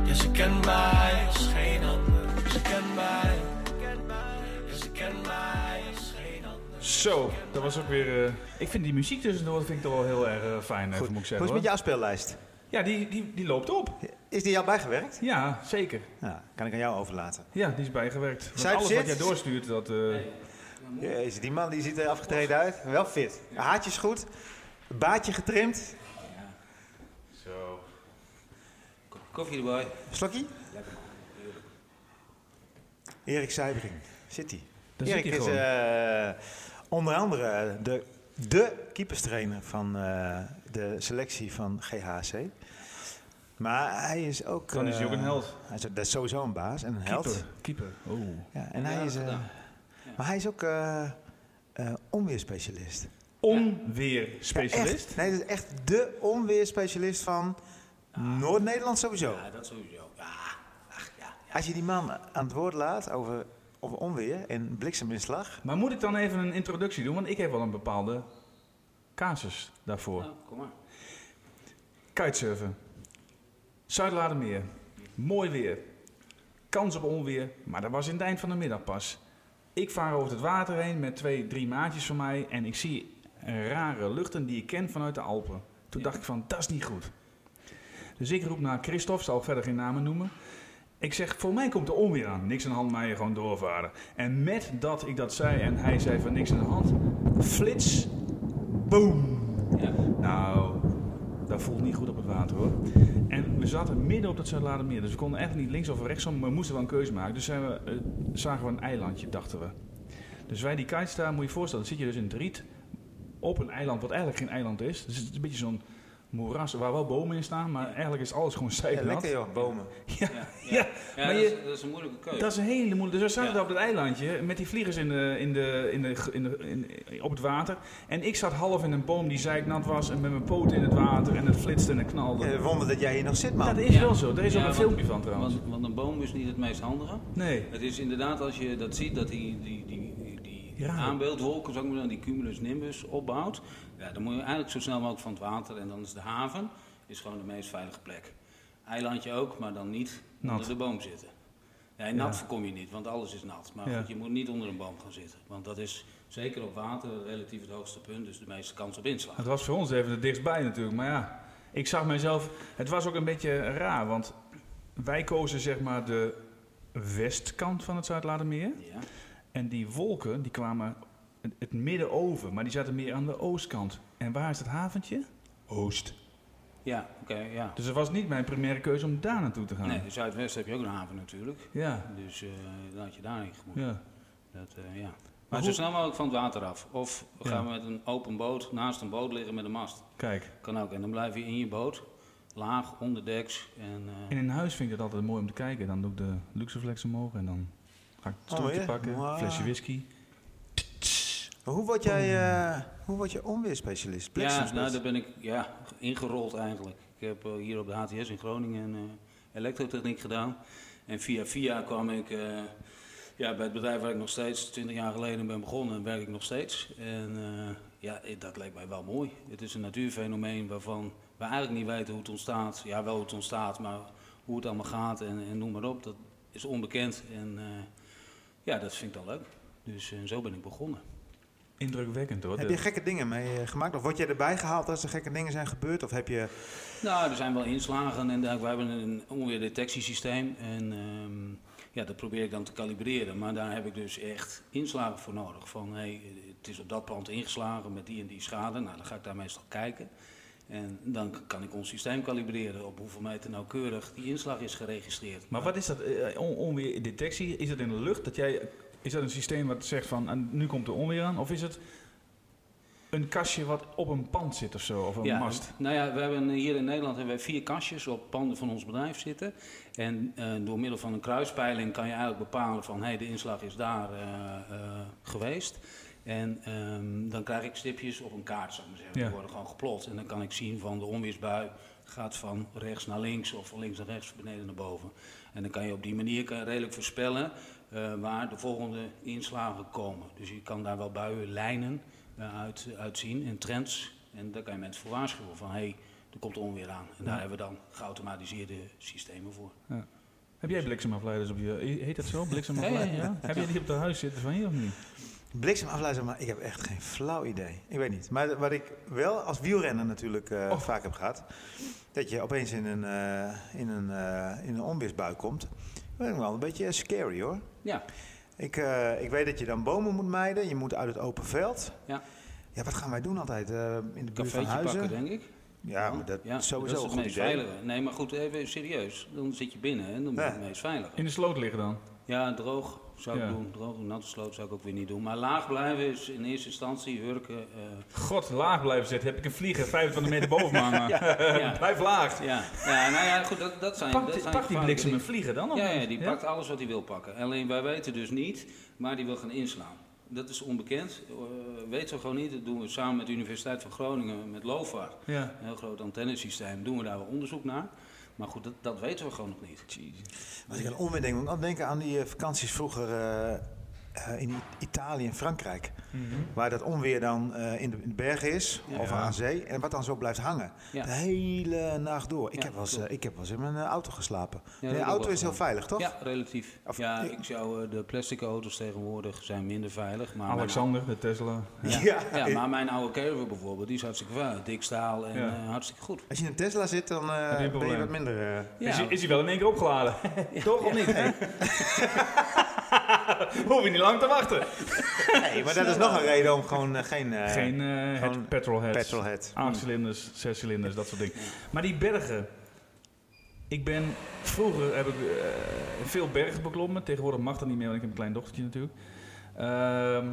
Speaker 8: ja, ze kent mij, is geen ander. Ze kent mij, ja, ze kent mij, is geen ander.
Speaker 3: Zo, dat was ook weer... eh, ik vind die muziek tussendoor vind ik toch wel heel erg eh, fijn, even, moet
Speaker 4: Goed.
Speaker 3: ik zeggen.
Speaker 4: Hoe is het met
Speaker 3: hoor.
Speaker 4: jouw speellijst?
Speaker 3: Ja, die, die, die loopt op.
Speaker 4: Is die jou bijgewerkt?
Speaker 3: Ja, zeker.
Speaker 4: Nou, kan ik aan jou overlaten.
Speaker 3: Ja, die is bijgewerkt. Want
Speaker 4: Zuip
Speaker 3: alles
Speaker 4: zit.
Speaker 3: wat jij doorstuurt, dat... eh,
Speaker 4: Jezus, die man die ziet er afgetreden uit. Wel fit. Haartjes goed. Baadje getrimd.
Speaker 9: Koffie erbij.
Speaker 4: Slokkie? Lekker Erik Zuivering. Zit hij?
Speaker 3: Daar
Speaker 4: Erik
Speaker 3: zit hij
Speaker 4: is
Speaker 3: gewoon.
Speaker 4: eh, onder andere de, de keeperstrainer van eh, de selectie van GHC. Maar hij is ook...
Speaker 3: Dan is hij
Speaker 4: eh,
Speaker 3: ook een held.
Speaker 4: Hij is, dat is sowieso een baas en een held.
Speaker 3: keeper. Keeper. Oh.
Speaker 4: Ja, en hij is, eh, Maar hij is ook eh eh onweerspecialist.
Speaker 3: Onweerspecialist.
Speaker 4: Echt, nee, dat is echt de onweerspecialist van Noord-Nederland sowieso.
Speaker 9: Ah. Ja, dat sowieso. Ja, ach ja.
Speaker 4: Als je die man aan het woord laat over, over onweer en blikseminslag.
Speaker 3: Maar moet ik dan even een introductie doen? Want ik heb wel een bepaalde casus daarvoor.
Speaker 9: Nou, kom maar.
Speaker 3: Kitesurfen. Zuidlaardermeer. Mooi weer. Kans op onweer, maar dat was in het eind van de middag pas. Ik vaar over het water heen met twee, drie maatjes van mij en ik zie een rare luchten die ik ken vanuit de Alpen. Toen dacht ik van, dat is niet goed. Dus ik roep naar Christophe, zal verder geen namen noemen. Ik zeg, voor mij komt er onweer aan. Niks aan de hand, mij gewoon doorvaren. En met dat ik dat zei en hij zei van niks aan de hand, flits, boom. Nou, dat voelt niet goed op het water hoor. En we zaten midden op dat Zuidladermeer, dus we konden echt niet links of rechtsom, maar we moesten wel een keuze maken. Dus zijn we, eh, zagen we een eilandje, dachten we. Dus wij die kite staan, moet je je voorstellen, dan zit je dus in het riet op een eiland wat eigenlijk geen eiland is. Dus het is een beetje zo'n moeras waar wel bomen in staan, maar eigenlijk is alles gewoon
Speaker 4: Ja,
Speaker 3: zeepnat.
Speaker 4: lekker joh, bomen.
Speaker 3: Ja,
Speaker 9: Ja,
Speaker 3: ja.
Speaker 9: ja. Ja,
Speaker 3: maar
Speaker 9: dat,
Speaker 3: je,
Speaker 9: is, dat is een moeilijke keuze.
Speaker 3: dat is een hele moeilijke. Dus we zaten
Speaker 9: Ja.
Speaker 3: daar op dat eilandje met die vliegers in de, in de, in de, in de, in- op het water. En ik zat half in een boom die zeiknat was en met mijn poot in het water en het flitste en het knalde.
Speaker 4: Eh, wonder dat jij hier nog zit, man.
Speaker 3: dat is
Speaker 9: Ja.
Speaker 3: wel zo. Er is
Speaker 9: Ja,
Speaker 3: ook een
Speaker 9: want-
Speaker 3: filmpje van trouwens.
Speaker 9: Want, want een boom is niet het meest handige.
Speaker 3: nee.
Speaker 9: Het is inderdaad, als je dat ziet, dat die, die, die, die, die
Speaker 3: Ja.
Speaker 9: aanbeeldwolken, zo ook maar zeggen, die cumulus nimbus opbouwt. Ja, dan moet je eigenlijk zo snel mogelijk van het water. En dan is de haven is gewoon de meest veilige plek. Eilandje ook, maar dan niet
Speaker 3: Nat.
Speaker 9: onder de boom zitten. Nee, nat
Speaker 3: Ja.
Speaker 9: voorkom je niet, want alles is nat. Maar
Speaker 3: Ja.
Speaker 9: goed, je moet niet onder een boom gaan zitten. Want dat is zeker op water relatief het hoogste punt, dus de meeste kans op inslag.
Speaker 3: Het was voor ons even het dichtstbij natuurlijk, maar ja, ik zag mezelf. Het was ook een beetje raar, want wij kozen zeg maar de westkant van het Zuid-Ladermeer.
Speaker 9: Ja.
Speaker 3: En die wolken die kwamen het- het midden over, maar die zaten meer aan de oostkant. En waar is het haventje? Oost.
Speaker 9: Ja, oké, ja.
Speaker 3: Dus het was niet mijn primaire keuze om daar naartoe te gaan.
Speaker 9: Nee, in Zuidwesten heb je ook een haven natuurlijk.
Speaker 3: Ja,
Speaker 9: Dus eh, dan had je daar niet gemoet.
Speaker 3: ja.
Speaker 9: Dat, eh, ja. Maar,
Speaker 3: Maar
Speaker 9: zo
Speaker 3: hoe-
Speaker 9: snel mogelijk van het water af. Of we
Speaker 3: Ja.
Speaker 9: gaan we met een open boot naast een boot liggen met een mast.
Speaker 3: Kijk,
Speaker 9: Kan ook. En dan blijf je in je boot, laag, onderdeks. En,
Speaker 3: in
Speaker 9: eh,
Speaker 3: een huis vind ik het altijd mooi om te kijken. Dan doe ik de Luxeflex omhoog en dan ga ik het stoeltje
Speaker 4: Oh, ja.
Speaker 3: pakken,
Speaker 4: Wow.
Speaker 3: flesje whisky.
Speaker 4: Maar hoe word jij, eh, hoe word je onweerspecialist?
Speaker 9: Oh. ja,
Speaker 4: Bliksemspe-
Speaker 9: nou, daar ben ik ja, ingerold eigenlijk. Ik heb eh, hier op de HTS in Groningen eh, elektrotechniek gedaan. En via via kwam ik eh, ja, bij het bedrijf waar ik nog steeds 20 jaar geleden ben begonnen. En werk ik nog steeds. En eh, ja, eh, dat leek mij wel mooi. Het is een natuurfenomeen waarvan we eigenlijk niet weten hoe het ontstaat. Ja, wel hoe het ontstaat, maar hoe het allemaal gaat en, en noem maar op. Dat is onbekend. En eh, ja, dat vind ik dan leuk. Dus eh, zo ben ik begonnen.
Speaker 3: Indrukwekkend hoor.
Speaker 4: Heb
Speaker 3: De-
Speaker 4: je gekke dingen mee eh, gemaakt? Of word jij erbij gehaald als er gekke dingen zijn gebeurd? Of heb je...
Speaker 9: Nou, er zijn wel inslagen en dergelijke. we hebben een onweerdetectiesysteem en ehm, ja, dat probeer ik dan te kalibreren. Maar daar heb ik dus echt inslagen voor nodig. Van hey, het is op dat pand ingeslagen met die en die schade. Nou, dan ga ik daar meestal kijken. En dan k- kan ik ons systeem kalibreren op hoeveel meter nauwkeurig die inslag is geregistreerd.
Speaker 3: Maar wat is dat? eh, on- onweerdetectie? Is dat in de lucht? Dat jij, is dat een systeem wat zegt van en nu komt er onweer aan? Of is het een kastje wat op een pand zit of zo? Of een
Speaker 9: ja,
Speaker 3: mast?
Speaker 9: Nou ja, we hebben hier in Nederland hebben wij vier kastjes op panden van ons bedrijf zitten. En eh, door middel van een kruispeiling kan je eigenlijk bepalen van hey, de inslag is daar eh, eh, geweest. En ehm, dan krijg ik stipjes op een kaart, zou ik maar zeggen.
Speaker 3: Ja.
Speaker 9: Die worden gewoon geplot. En dan kan ik zien van de onweersbui gaat van rechts naar links of van links naar rechts, van beneden naar boven. En dan kan je op die manier kan je redelijk voorspellen eh, waar de volgende inslagen komen. Dus je kan daar wel buienlijnen eh, uit, uitzien en trends. En daar kan je mensen voor waarschuwen van hé, hey, er komt onweer aan. En daar hebben we dan geautomatiseerde systemen voor.
Speaker 3: Heb jij bliksemafleiders op je... Heet dat zo? Bliksemafleiders?
Speaker 9: Ja, ja,
Speaker 3: Heb jij die op de huis zitten van je of niet?
Speaker 4: Bliksemafleider, maar ik heb echt geen flauw idee. Ik weet niet. Maar wat ik wel als wielrenner natuurlijk eh,
Speaker 3: Oh.
Speaker 4: vaak heb gehad... dat je opeens in een, eh, in een, eh, in een onweersbui komt... Dat vind ik wel een beetje scary hoor.
Speaker 9: Ja,
Speaker 4: Ik, eh, ik weet dat je dan bomen moet mijden. Je moet uit het open veld.
Speaker 9: Ja.
Speaker 4: Ja, wat gaan wij doen altijd? eh, in de buurt van
Speaker 9: cafeetje
Speaker 4: huizen?
Speaker 9: pakken denk ik.
Speaker 4: ja, maar dat
Speaker 9: Ja,
Speaker 4: is sowieso
Speaker 9: dat is
Speaker 4: een
Speaker 9: het
Speaker 4: goed
Speaker 9: meest
Speaker 4: idee.
Speaker 9: veilige. Nee, maar goed, even serieus. Dan zit je binnen en dan ben je
Speaker 4: Ja.
Speaker 9: het meest veilig.
Speaker 3: In de sloot liggen dan?
Speaker 9: Ja, droog zou ik
Speaker 3: Ja.
Speaker 9: doen. Droog, een natte sloot zou ik ook weer niet doen. Maar laag blijven is in eerste instantie hurken. eh,
Speaker 3: God, laag blijven zitten. Heb ik een vlieger 25 meter boven me hangen.
Speaker 9: ja.
Speaker 3: Blijf Eh, laag.
Speaker 9: ja. ja, nou ja, goed, dat, dat zijn...
Speaker 3: Pak,
Speaker 9: dat
Speaker 3: die-
Speaker 9: zijn
Speaker 3: pak die
Speaker 9: gevaarlijke
Speaker 3: bliksem en
Speaker 9: dingen.
Speaker 3: vlieger dan? of
Speaker 9: Ja, ja,
Speaker 3: niet?
Speaker 9: die pakt alles wat hij wil pakken. Alleen wij weten dus niet waar die wil gaan inslaan. Dat is onbekend. Eh weten we gewoon niet. Dat doen we samen met de Universiteit van Groningen, met LOVAR.
Speaker 3: Ja.
Speaker 9: Een heel groot antennesysteem. Doen we daar wel onderzoek naar. Maar goed, dat, dat weten we gewoon nog niet.
Speaker 4: Als ik aan onweer denk, moet ik altijd denken aan die eh, vakanties vroeger eh, eh, in I- Italië en Frankrijk.
Speaker 3: Mhm.
Speaker 4: Waar dat onweer dan eh, in, de, in de bergen is, of aan zee. En wat dan zo blijft hangen.
Speaker 9: Ja.
Speaker 4: De hele nacht door. Ik,
Speaker 9: Ja,
Speaker 4: heb wel eens, eh,
Speaker 9: klopt.
Speaker 4: ik heb wel eens in mijn eh, auto geslapen.
Speaker 9: dat
Speaker 4: de
Speaker 9: heb ik
Speaker 4: auto
Speaker 9: ook
Speaker 4: is heel
Speaker 9: gedaan.
Speaker 4: veilig, toch?
Speaker 9: Ja, relatief.
Speaker 4: Of-
Speaker 9: ja,
Speaker 4: eh,
Speaker 9: ik zou, eh, de plastic auto's tegenwoordig zijn minder veilig. Maar mijn
Speaker 3: Alexander, de Tesla.
Speaker 9: Ja,
Speaker 4: Ja.
Speaker 9: ja. maar mijn oude caravan bijvoorbeeld, die is hartstikke waar. Dik staal en
Speaker 3: Ja.
Speaker 9: eh, hartstikke goed.
Speaker 4: Als je in een Tesla zit, dan eh,
Speaker 3: je een
Speaker 4: ben je
Speaker 3: probleem?
Speaker 4: wat minder... eh,
Speaker 9: Ja.
Speaker 3: Is, hij, is hij wel in één keer opgeladen? Toch of niet? Hoef je niet lang te wachten.
Speaker 4: nee, maar dat is nog een reden om gewoon eh, geen... eh,
Speaker 3: Geen eh
Speaker 4: gewoon Mm.
Speaker 3: head, petrolheads.
Speaker 4: petrolhead.
Speaker 3: Acht cilinders, zes cilinders, dat soort dingen. Maar die bergen. Ik ben... Vroeger heb ik eh, veel bergen beklommen. Tegenwoordig mag dat niet meer, want ik heb een klein dochtertje natuurlijk. Ehm,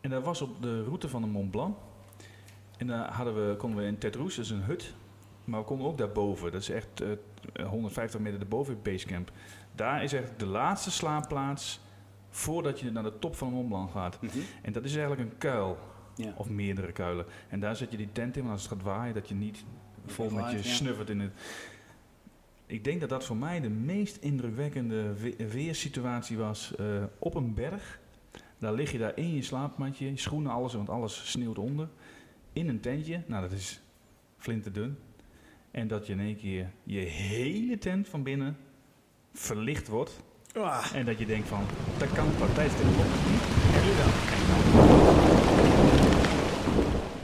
Speaker 3: en dat was op de route van de Mont Blanc. En daar hadden we, konden we in Tetroes, dat is een hut. Maar we konden ook daarboven. Dat is echt eh, 150 meter daarboven, het basecamp. Daar is echt de laatste slaapplaats voordat je naar de top van de Mont Blanc gaat. En dat is eigenlijk een kuil.
Speaker 9: Mhm. Ja.
Speaker 3: Of meerdere kuilen. En daar zet je die tent in, want als het gaat waaien, dat je niet vol
Speaker 9: je
Speaker 3: met je
Speaker 9: waait, ja.
Speaker 3: snuffert in het... Ik denk dat dat voor mij de meest indrukwekkende we- weersituatie was eh, op een berg. Dan lig je daar in je slaapmatje, je schoenen, alles, want alles sneeuwt onder. In een tentje, nou dat is flinterdun. En dat je in één keer je hele tent van binnen verlicht wordt.
Speaker 9: Ah.
Speaker 3: En dat je denkt van, dat kan partijstelling op.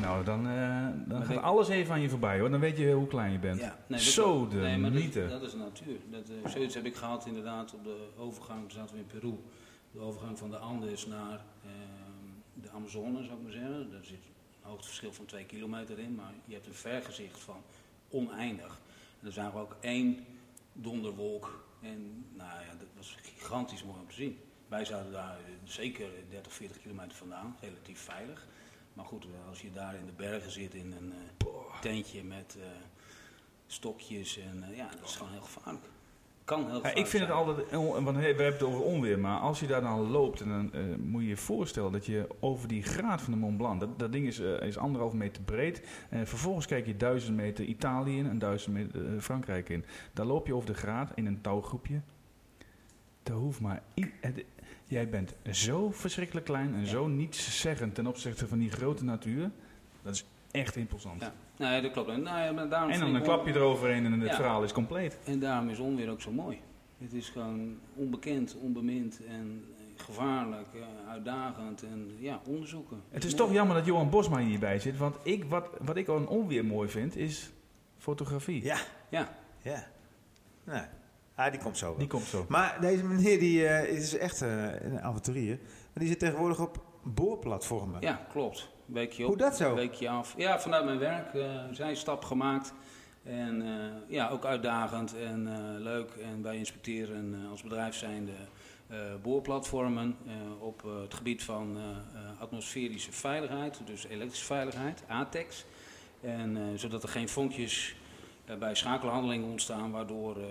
Speaker 3: Nou, dan, eh, dan gaat
Speaker 9: denk-
Speaker 3: alles even aan je voorbij hoor. Dan weet je hoe klein je bent.
Speaker 9: Ja,
Speaker 3: Zo de
Speaker 9: nee, maar
Speaker 3: mythe.
Speaker 9: dat, dat is natuur. Dat, eh, zoiets heb ik gehad inderdaad op de overgang, toen zaten we in Peru. De overgang van de Andes naar ehm, de Amazone, zou ik maar zeggen. Daar zit een hoogteverschil van twee kilometer in, maar je hebt een vergezicht van oneindig. En er zagen we ook één donderwolk. En nou ja, dat was gigantisch mooi om te zien. Wij zaten daar eh, zeker 30, 40 kilometer vandaan, relatief veilig. Maar goed, eh, als je daar in de bergen zit in een eh, tentje met... eh, stokjes. En eh, ja, dat is gewoon heel gevaarlijk. Kan heel
Speaker 3: Ja,
Speaker 9: gevaarlijk
Speaker 3: ik vind het
Speaker 9: zijn.
Speaker 3: altijd, heel- want hey, we hebben het over onweer, maar als je daar dan loopt, en dan eh, moet je je voorstellen dat je over die graad van de Mont Blanc, dat, dat ding is, eh, is anderhalf meter breed, en vervolgens kijk je duizend meter Italië in en duizend meter eh, Frankrijk in. Daar loop je over de graad in een touwgroepje. Daar hoeft maar. i- het- jij bent zo verschrikkelijk klein en zo nietszeggend ten opzichte van die grote natuur. Dat is echt imposant.
Speaker 9: Ja. Nee, dat klopt. En, nou, ja, maar daarom
Speaker 3: En
Speaker 9: vind
Speaker 3: dan een
Speaker 9: ik
Speaker 3: klap je
Speaker 9: on-
Speaker 3: eroverheen en het
Speaker 9: Ja.
Speaker 3: verhaal is compleet.
Speaker 9: En daarom is onweer ook zo mooi. Het is gewoon onbekend, onbemind en eh, gevaarlijk, eh, uitdagend en ja, onderzoeken.
Speaker 3: Het is
Speaker 9: Mooi.
Speaker 3: toch jammer dat Johan Bosma hierbij zit. Want ik, wat, wat ik aan onweer mooi vind, is fotografie.
Speaker 4: Ja,
Speaker 9: Ja,
Speaker 4: ja. Nou, ah, die komt zo wel.
Speaker 3: Die komt zo.
Speaker 4: Maar deze meneer die, eh, is echt eh, een avonturier. Maar die zit tegenwoordig op boorplatformen.
Speaker 9: ja, klopt. Weekje op,
Speaker 4: Hoe dat zo?
Speaker 9: weekje af. Ja, vanuit mijn werk eh zijn stap gemaakt. En eh, ja, ook uitdagend en eh, leuk. En wij inspecteren eh, als bedrijf zijnde eh, boorplatformen eh, op eh, het gebied van eh, eh, atmosferische veiligheid, dus elektrische veiligheid, ATEX. En eh, zodat er geen vonkjes eh, bij schakelhandelingen ontstaan, waardoor eh,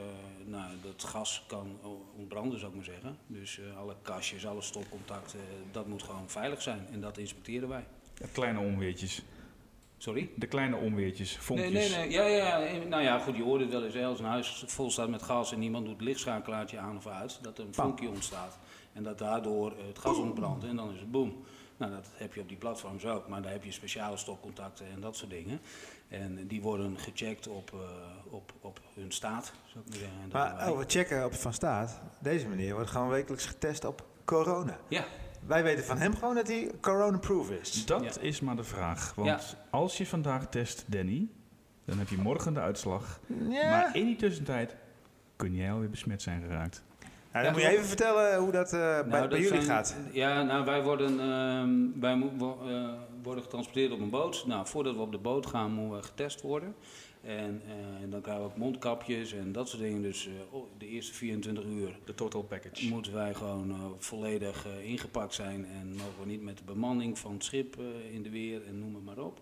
Speaker 9: nou, dat gas kan o- ontbranden, zou ik maar zeggen. Dus eh, alle kastjes, alle stopcontacten, eh, dat moet gewoon veilig zijn. En dat inspecteren wij.
Speaker 3: De kleine onweertjes.
Speaker 9: Sorry?
Speaker 3: De kleine onweertjes, vonkjes.
Speaker 9: Nee, nee, nee. Ja, ja, ja. Nou ja, goed, je hoort het wel eens. hè. Als een huis vol staat met gas en niemand doet het lichtschakelaartje aan of uit, dat er een vonkje ontstaat. En dat daardoor eh, het gas ontbrandt en dan is het boom. Nou, dat heb je op die platforms ook, maar daar heb je speciale stopcontacten en dat soort dingen. En die worden gecheckt op, eh, op, op hun staat, zou ik maar zeggen. En dat doen
Speaker 4: Maar oh,
Speaker 9: wij.
Speaker 4: over checken op Van Staat. Deze meneer wordt gewoon wekelijks getest op corona.
Speaker 9: Ja,
Speaker 4: Wij weten van hem gewoon dat hij corona-proof is.
Speaker 3: Dat is maar de vraag. Want als je vandaag test Danny, dan heb je morgen de uitslag.
Speaker 4: Ja.
Speaker 3: Maar in die tussentijd kun jij alweer besmet zijn geraakt.
Speaker 4: Nou, dan
Speaker 9: Ja,
Speaker 4: moet je
Speaker 9: klopt.
Speaker 4: even vertellen hoe dat eh, bij,
Speaker 9: Nou,
Speaker 4: bij
Speaker 9: dat
Speaker 4: jullie
Speaker 9: zijn-
Speaker 4: gaat.
Speaker 9: Ja, nou, wij worden, ehm, wij mo- wo- eh, worden getransporteerd op een boot. Nou, voordat we op de boot gaan, moeten we getest worden. En eh, dan krijgen we ook mondkapjes en dat soort dingen. Dus eh, oh, de eerste 24 uur
Speaker 3: De total package.
Speaker 9: moeten wij gewoon eh, volledig eh, ingepakt zijn. En mogen we niet met de bemanning van het schip eh, in de weer en noem het maar op.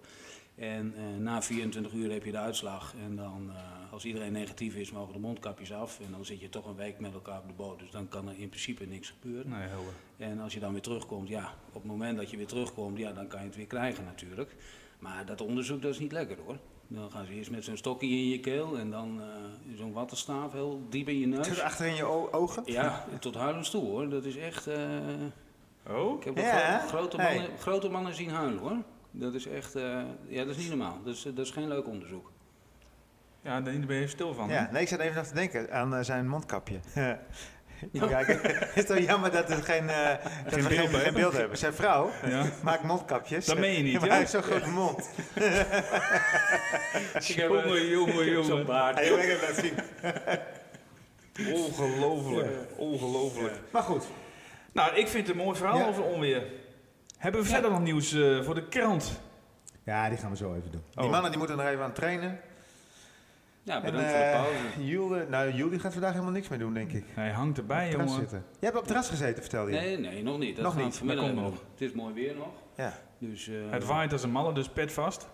Speaker 9: En eh, na 24 uur heb je de uitslag. En dan, eh, als iedereen negatief is, mogen de mondkapjes af. En dan zit je toch een week met elkaar op de boot. Dus dan kan er in principe niks gebeuren.
Speaker 3: Nee, helder.
Speaker 9: En als je dan weer terugkomt, ja, op het moment dat je weer terugkomt, ja, dan kan je het weer krijgen natuurlijk. Maar dat onderzoek, dat is niet lekker hoor. Dan gaan ze eerst met zo'n stokje in je keel en dan eh, zo'n wattenstaaf heel diep in je
Speaker 4: Terug
Speaker 9: neus.
Speaker 4: achter in je o- ogen.
Speaker 9: Ja, tot huilens toe hoor. Dat is echt... eh,
Speaker 3: Oh?
Speaker 9: ik heb nog
Speaker 4: Ja, hè?
Speaker 9: gro- grote,
Speaker 4: Hey.
Speaker 9: mannen, grote mannen zien huilen hoor. Dat is echt... eh, ja, dat is niet normaal. Dat is, dat is geen leuk onderzoek.
Speaker 3: Ja, Danny, daar ben je even stil van. hè?
Speaker 4: Ja, nee, ik zat even nog te denken aan eh, zijn mondkapje. Kijk, het is toch jammer dat, het geen, eh, dat we geen, geen beeld hebben. Zijn vrouw
Speaker 3: Ja.
Speaker 4: maakt mondkapjes.
Speaker 3: Dat meen je niet,
Speaker 4: maar
Speaker 3: hè?
Speaker 4: hij heeft zo'n grote mond.
Speaker 3: Jongen, jongen, jongen.
Speaker 4: Hij wil echt laten zien.
Speaker 3: Ongelooflijk. Ongelooflijk.
Speaker 4: Maar goed,
Speaker 3: Nou, ik vind het een mooi verhaal
Speaker 4: Ja.
Speaker 3: over onweer. Hebben we verder nog nieuws eh, voor de krant?
Speaker 4: ja, die gaan we zo even doen.
Speaker 3: Oh.
Speaker 4: Die mannen die moeten nog even aan het trainen.
Speaker 9: Ja,
Speaker 4: En,
Speaker 9: bedankt
Speaker 4: eh,
Speaker 9: voor de pauze.
Speaker 4: Julde, nou, jullie gaat vandaag helemaal niks meer doen, denk ik.
Speaker 3: Hij hangt erbij,
Speaker 4: Terras
Speaker 3: jongen.
Speaker 4: zitten. Jij hebt op het terras gezeten, vertelde je.
Speaker 9: Nee, nee, nog niet. Dat
Speaker 4: Nog
Speaker 9: gaan we
Speaker 4: niet.
Speaker 9: vanmiddag
Speaker 3: Dat komt
Speaker 9: even doen. Het is mooi weer nog.
Speaker 4: Ja.
Speaker 9: Dus, eh,
Speaker 3: Het waait als een malle, dus pet vast.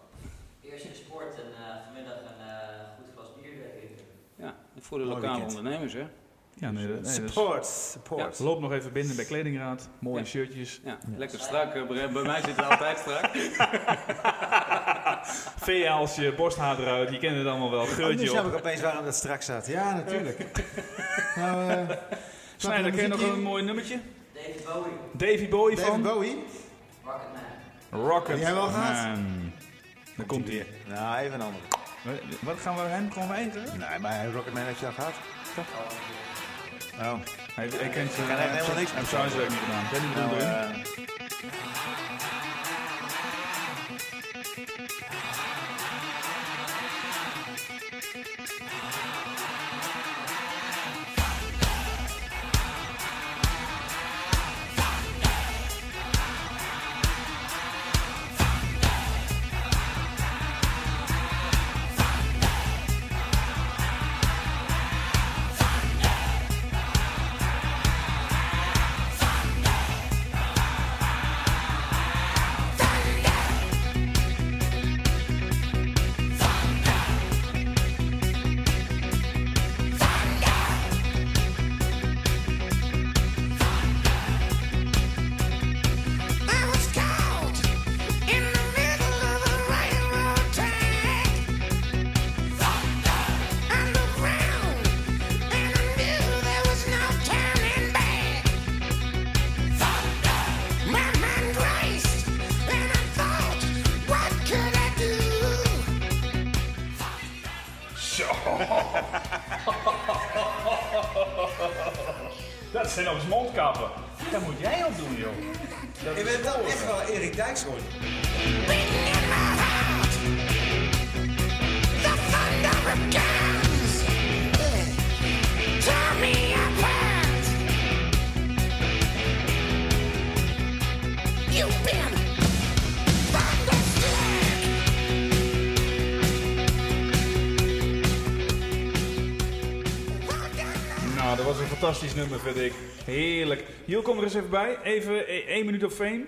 Speaker 7: Eerst in de sport en eh, vanmiddag een eh, goed glas bier drinken.
Speaker 9: Ja, voor de
Speaker 4: Mooi
Speaker 9: lokale
Speaker 4: weekend. Dus, eh,
Speaker 9: ondernemers, hè?
Speaker 3: Ja, nee, dat- nee, dat is-
Speaker 4: support, support.
Speaker 3: Loop nog even binnen bij Kledingraad. Mooie
Speaker 9: Ja.
Speaker 3: shirtjes.
Speaker 9: Ja, lekker strak. eh, Bij bij mij zit het altijd strak.
Speaker 3: Vee als je borsthaar eruit. Je kent het allemaal wel.
Speaker 4: Oh, nu
Speaker 3: Geurtje
Speaker 4: snap
Speaker 3: op.
Speaker 4: ik opeens waarom dat straks zat. Ja, natuurlijk. nou, eh, snap je
Speaker 3: Snijder,
Speaker 4: de
Speaker 3: ken je nog
Speaker 4: muziekje?
Speaker 3: een mooi nummertje?
Speaker 7: David Bowie.
Speaker 3: Davy Bowie
Speaker 4: David
Speaker 3: van
Speaker 4: Bowie?
Speaker 3: Rocket.
Speaker 4: Die hebben we al gehad.
Speaker 3: Dan komt hij.
Speaker 4: Nou, even een andere.
Speaker 3: Wat gaan we hem gewoon wijzen?
Speaker 4: Nee, maar Rocketman heeft je al gehad. Oh.
Speaker 3: Hij, hij kent ze.
Speaker 4: echt helemaal niks
Speaker 3: Hij heeft zijn huiswerk niet gedaan. Ben
Speaker 4: Nou, eh,
Speaker 6: I was caught in the middle of a railroad track, underground, and I knew there was no turning back. My mind raced, and I thought, what could I do?
Speaker 3: Dat zijn ons mondkappen. Dat moet jij op doen, joh.
Speaker 10: Ik ben dan echt wel Erik Dijkshoorn.
Speaker 6: You've been thunderstruck.
Speaker 3: Nou, dat was een fantastisch nummer, vind ik. Heerlijk. Jul, kom er eens even bij. Even eh, één minuut of fame.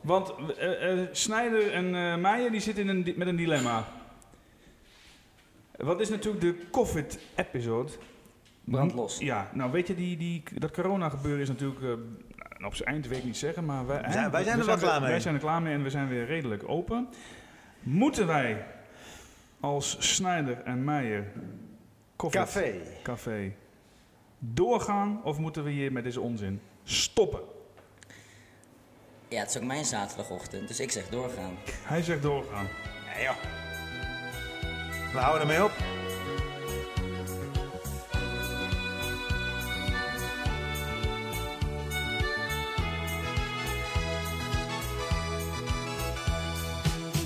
Speaker 3: Want eh, eh, Snijder en eh, Meijer die zitten in een, di- met een dilemma. Wat is natuurlijk de COVID-episode?
Speaker 7: Brandlos.
Speaker 3: Ja, nou weet je, die, die, dat corona-gebeuren is natuurlijk. eh, nou, op zijn eind wil ik niet zeggen, maar wij,
Speaker 4: zijn- wij zijn er
Speaker 3: we
Speaker 4: wel klaar mee.
Speaker 3: Wij zijn er klaar mee en we zijn weer redelijk open. Moeten wij als Snijder en Meijer. COVID
Speaker 4: café.
Speaker 3: café doorgaan of moeten we hier met deze onzin stoppen?
Speaker 7: Ja, het is ook mijn zaterdagochtend, dus ik zeg doorgaan.
Speaker 3: Hij zegt doorgaan.
Speaker 4: We houden ermee op.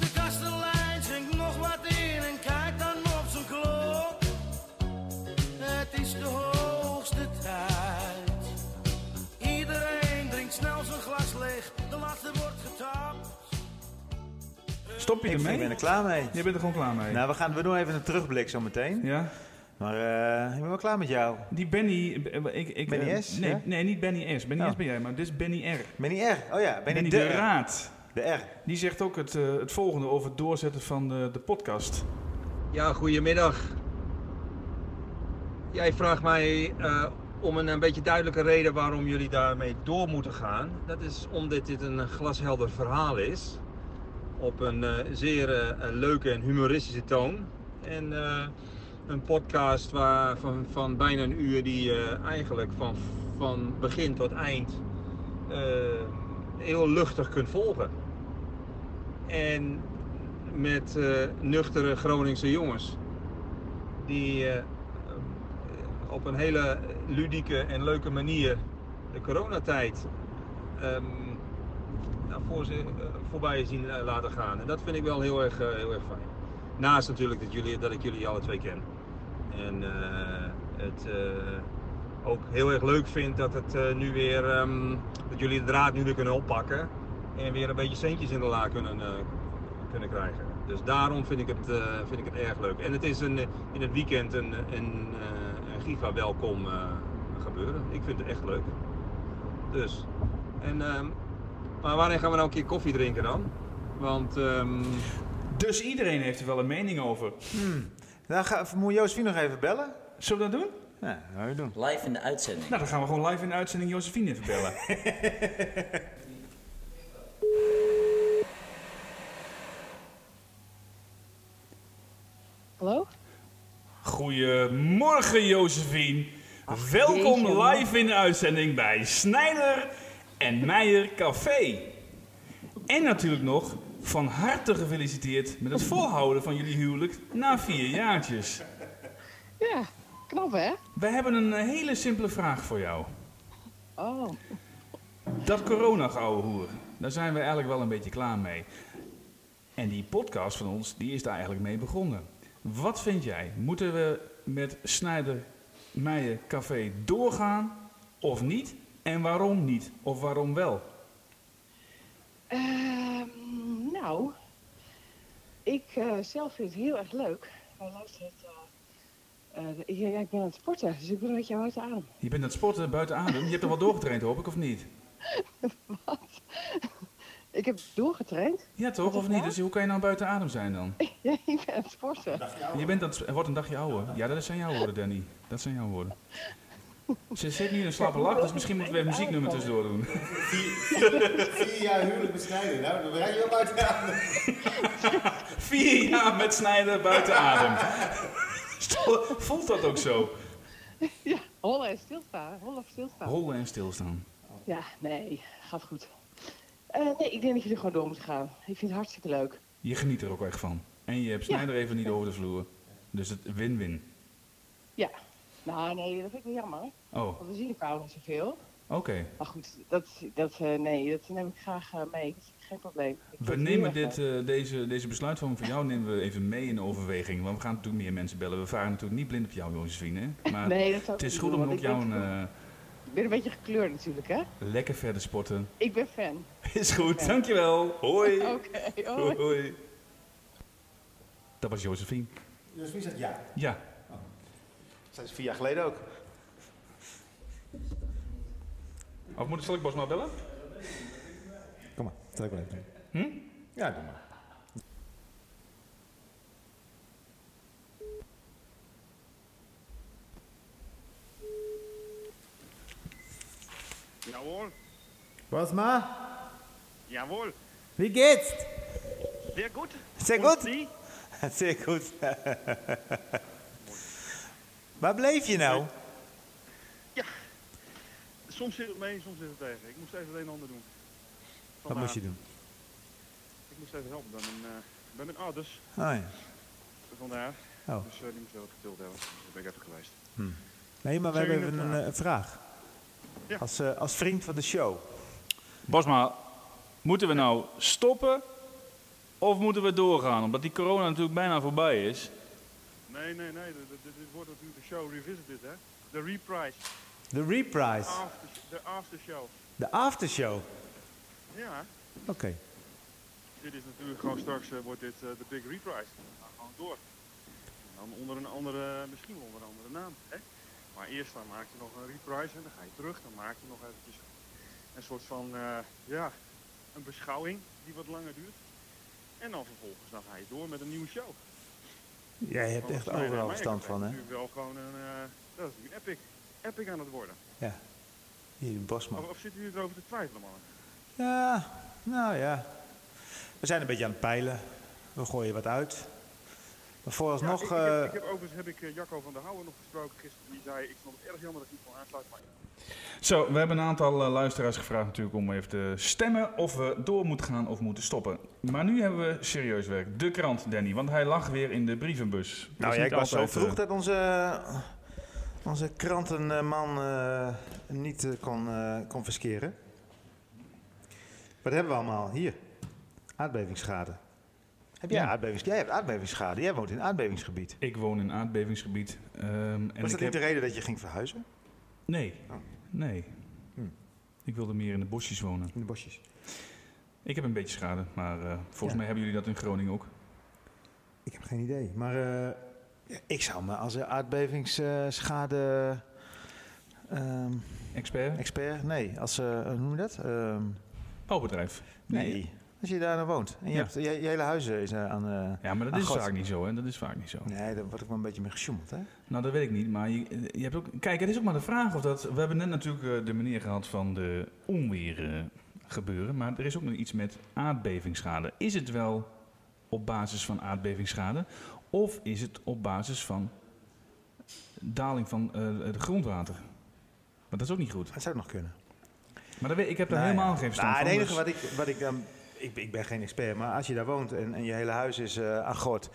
Speaker 11: De kastelein zingt nog wat in en kijkt dan op zijn klok. Het is de hoogste tijd. Iedereen drinkt snel zijn glas leeg, de laatste wordt getapt.
Speaker 3: Stop je
Speaker 4: Ik
Speaker 3: ermee?
Speaker 4: ben er klaar mee.
Speaker 3: Je bent er gewoon klaar mee.
Speaker 4: Nou, we, gaan, we doen even een terugblik zo meteen.
Speaker 3: Ja?
Speaker 4: Maar eh, ik ben wel klaar met jou.
Speaker 3: Die Benny... eh, Ik, ik,
Speaker 4: Benny
Speaker 3: eh,
Speaker 4: S,
Speaker 3: Nee,
Speaker 4: ja?
Speaker 3: nee, niet Benny S. Benny
Speaker 4: Oh.
Speaker 3: S ben jij, maar dit is Benny R.
Speaker 4: Benny R. Oh ja, Benny,
Speaker 3: Benny
Speaker 4: de,
Speaker 3: de
Speaker 4: R.
Speaker 3: Raad.
Speaker 4: De R.
Speaker 3: Die zegt ook het, eh, het volgende over het doorzetten van de, de podcast.
Speaker 12: Ja, goedemiddag. Jij vraagt mij eh, om een, een beetje duidelijke reden waarom jullie daarmee door moeten gaan. Dat is omdat dit een glashelder verhaal is. Op een eh, zeer eh, leuke en humoristische toon. En eh, een podcast waar van, van bijna een uur die eh, eigenlijk van, van begin tot eind eh, heel luchtig kunt volgen. En met eh, nuchtere Groningse jongens. Die eh, op een hele ludieke en leuke manier de coronatijd ehm, nou, voor ze, eh, voorbij zien eh, laten gaan. En dat vind ik wel heel erg, eh, heel erg fijn. Naast natuurlijk dat, jullie, dat ik jullie alle twee ken. En eh, het eh, ook heel erg leuk vind dat, het, eh, nu weer, ehm, dat jullie de draad nu weer kunnen oppakken. En weer een beetje centjes in de la kunnen, eh, kunnen krijgen. Dus daarom vind ik het, eh, vind ik het erg leuk. En het is een, eh, in het weekend een, een, eh, een Giva welkom eh, gebeuren. Ik vind het echt leuk. Dus. En, ehm, maar wanneer gaan we nou een keer koffie drinken dan? Want ehm,
Speaker 3: Dus iedereen heeft er wel een mening over.
Speaker 4: Nou, ga, moet Joosfie nog even bellen?
Speaker 3: Zullen we dat doen?
Speaker 4: Ja, dat gaan we doen.
Speaker 7: Live in de uitzending.
Speaker 3: Nou, dan gaan we gewoon live in de uitzending Josephine even bellen.
Speaker 13: Hallo?
Speaker 3: Goedemorgen, Josephine. Welkom
Speaker 14: jeetje, man.
Speaker 3: live in de uitzending bij Snijder en Meijer Café. En natuurlijk nog van harte gefeliciteerd met het volhouden van jullie huwelijk na vier jaartjes.
Speaker 14: Ja, knap hè?
Speaker 3: Wij hebben een eh, hele simpele vraag voor jou.
Speaker 14: Oh.
Speaker 3: Dat corona hoer, daar zijn we eigenlijk wel een beetje klaar mee. En die podcast van ons, die is daar eigenlijk mee begonnen. Wat vind jij? Moeten we met Snijder Meijer Café doorgaan of niet? En waarom niet? Of waarom wel?
Speaker 14: Ehm, nou, ik eh, zelf vind het heel erg leuk. Wij luisteren het. eh, eh, ja, ja, ik ben aan het sporten, dus ik ben een beetje hard aan.
Speaker 3: Je bent aan het sporten buiten adem. Je hebt er wel doorgetraind, hoop ik, of niet?
Speaker 14: Ik heb doorgetraind.
Speaker 3: Ja, toch? Of niet? Dus hoe kan je nou buiten adem zijn dan?
Speaker 14: Ja, ik ben aan het sporten.
Speaker 3: Je bent aan het, er wordt een dagje ouder. Ja, dat zijn jouw woorden, Danny. Dat zijn jouw woorden. Ze zit nu in een slappe lach, dus misschien moeten we even muzieknummer tussendoor doen.
Speaker 15: Vier jaar huwelijk besnijden, nou, dan bereik je wel buiten aan.
Speaker 3: Vier jaar met snijden buiten adem. Stel- Voelt dat ook zo?
Speaker 14: Ja, hollen en stilstaan. Hollen en stilstaan.
Speaker 3: Hollen en stilstaan.
Speaker 14: Ja, nee, gaat goed. Eh, nee, ik denk dat je er gewoon door moet gaan. Ik vind het hartstikke leuk.
Speaker 3: Je geniet er ook echt van. En je hebt snijder even niet over de vloer. Dus het win-win.
Speaker 14: Ja. Nou, nee, dat vind ik wel jammer.
Speaker 3: Oh,
Speaker 14: Want we zien elkaar ook niet zoveel.
Speaker 3: oké.
Speaker 14: Maar goed, dat, dat, eh, nee, dat neem ik graag eh, mee. Dat is geen probleem. Ik vind
Speaker 3: We
Speaker 14: het heel
Speaker 3: nemen
Speaker 14: erg leuk.
Speaker 3: dit, eh, deze, deze besluitvorming van jou nemen we even mee in overweging. Want we gaan natuurlijk meer mensen bellen. We varen natuurlijk niet blind op jou, Josephine. hè? Maar
Speaker 14: Nee, dat zou
Speaker 3: het
Speaker 14: ik
Speaker 3: is
Speaker 14: niet
Speaker 3: goed
Speaker 14: doen,
Speaker 3: om ook
Speaker 14: want ik
Speaker 3: jou een,
Speaker 14: ben-
Speaker 3: eh,
Speaker 14: Ik ben een beetje gekleurd natuurlijk, hè?
Speaker 3: lekker verder sporten.
Speaker 14: Ik ben fan.
Speaker 3: Is goed, dankjewel. Hoi.
Speaker 14: Oké, hoi.
Speaker 3: Hoi, hoi. Dat was Josephine.
Speaker 15: Dus wie zegt ja?
Speaker 3: Ja.
Speaker 15: Dat is vier jaar geleden ook.
Speaker 3: Of moet ik, zal ik Bas maar bellen?
Speaker 15: Kom maar, dat ik wel even.
Speaker 3: Hm?
Speaker 15: Ja, doe maar.
Speaker 16: Jawohl,
Speaker 4: Was ma?
Speaker 16: jawohl.
Speaker 4: Wie geht's?
Speaker 16: Sehr gut.
Speaker 4: Sehr
Speaker 16: Und
Speaker 4: gut.
Speaker 16: Sie?
Speaker 4: Sehr gut. Waar bleef je nou?
Speaker 16: Soms zit het mee, soms zit het tegen. Ik moest even het een en ander doen.
Speaker 4: Wat
Speaker 16: Vandaar.
Speaker 4: moest je doen?
Speaker 16: Ik moest even helpen bij mijn, eh, bij mijn ouders.
Speaker 4: Oh ja.
Speaker 16: Vandaar.
Speaker 4: Oh.
Speaker 16: Dus eh, die moest wel geduld hebben. Dus daar ben ik even geweest.
Speaker 4: Hm. Nee, maar we
Speaker 16: Zou je
Speaker 4: hebben even een
Speaker 16: nog-
Speaker 4: eh, vraag. Als, eh, als vriend van de show.
Speaker 3: Basma, moeten we nou stoppen of moeten we doorgaan? Omdat die corona natuurlijk bijna voorbij is.
Speaker 16: Nee, nee, nee. Dit, dit- dit wordt natuurlijk de show Revisited, hè? De reprise.
Speaker 4: De reprise.
Speaker 16: After, de aftershow.
Speaker 4: De aftershow. Oké.
Speaker 16: Ja. Dit is natuurlijk gewoon straks eh, wordt dit eh, de big reprise. We gaan gewoon door. En dan onder een andere, eh, misschien wel onder een andere naam. Hè? Maar eerst dan maak je nog een reprise en dan ga je terug. Dan maak je nog eventjes een soort van, eh, ja, een beschouwing die wat langer duurt. En dan vervolgens dan ga je door met een nieuwe show.
Speaker 4: Jij hebt
Speaker 16: Want
Speaker 4: echt
Speaker 16: Snijder en
Speaker 4: overal
Speaker 16: Meijer
Speaker 4: verstand
Speaker 16: Café
Speaker 4: van, hè?
Speaker 16: is natuurlijk wel gewoon een, eh, dat is natuurlijk een epic, epic aan het worden.
Speaker 4: Ja. Hier, Bosman.
Speaker 16: Of, of zitten jullie erover te twijfelen, mannen?
Speaker 4: Ja, nou ja. We zijn een beetje aan het peilen. We gooien wat uit. Maar
Speaker 16: Ja,
Speaker 4: vooralsnog...
Speaker 16: ik, ik heb,
Speaker 4: eh,
Speaker 16: ik heb overigens heb ik eh, Jacco van der Houwen nog gesproken gisteren. Die zei, ik vond het erg jammer dat ik niet kon aansluiten. Maar
Speaker 3: Zo, we hebben een aantal eh, luisteraars gevraagd natuurlijk om even te stemmen of we door moeten gaan of moeten stoppen. Maar nu hebben we serieus werk. De krant, Danny, want hij lag weer in de brievenbus. Dat
Speaker 4: Nou
Speaker 3: is
Speaker 4: ja,
Speaker 3: niet
Speaker 4: ik was zo
Speaker 3: altijd, eh,
Speaker 4: vroeg dat onze, onze krantenman eh, hem niet eh, kon, eh confisceren. Wat hebben we allemaal hier? Aardbevingsschade. Heb jij
Speaker 3: Ja.
Speaker 4: aardbevings? Jij hebt aardbevingsschade. Jij woont in aardbevingsgebied.
Speaker 3: Ik woon in aardbevingsgebied. ehm, en ik
Speaker 4: Was dat niet de
Speaker 3: heb-
Speaker 4: reden Oh. dat je ging verhuizen?
Speaker 3: Nee. Nee. Ik wilde meer in de bosjes wonen.
Speaker 4: Hm. In de bosjes.
Speaker 3: Ik heb een beetje schade, maar eh, volgens
Speaker 4: Ja.
Speaker 3: mij hebben jullie dat in Groningen ook.
Speaker 4: Ik heb geen idee. Maar eh, ja, ik zou me als eh, aardbevingsschade... eh, ehm,
Speaker 3: expert?
Speaker 4: Expert? Nee. Als, eh, hoe noem je dat? Ehm,
Speaker 3: Bouwbedrijf.
Speaker 4: nee. Als je daar nou woont. En je,
Speaker 3: Ja.
Speaker 4: hebt, je, je hele huis is eh, aan... eh,
Speaker 3: Ja, maar dat
Speaker 4: aan
Speaker 3: is
Speaker 4: God.
Speaker 3: vaak niet zo, hè? Dat is vaak niet zo.
Speaker 4: Nee, daar wordt ook wel een beetje mee gesjoemeld, hè?
Speaker 3: Nou, dat weet ik niet, maar je, je hebt ook... Kijk, het is ook maar de vraag of dat... We hebben net natuurlijk eh, de meneer gehad van de onweer eh, gebeuren, maar er is ook nog iets met aardbevingsschade. Is het wel op basis van aardbevingsschade of is het op basis van daling van eh het grondwater. Maar dat is ook niet goed.
Speaker 4: Dat zou nog kunnen.
Speaker 3: Maar dat weet- ik heb daar
Speaker 4: Nou
Speaker 3: helemaal
Speaker 4: ja.
Speaker 3: geen verstand
Speaker 4: Nou,
Speaker 3: van.
Speaker 4: Het enige
Speaker 3: dus-
Speaker 4: wat ik, wat ik dan. Ik, ik ben geen expert, maar als je daar woont en, en je hele huis is eh aan God.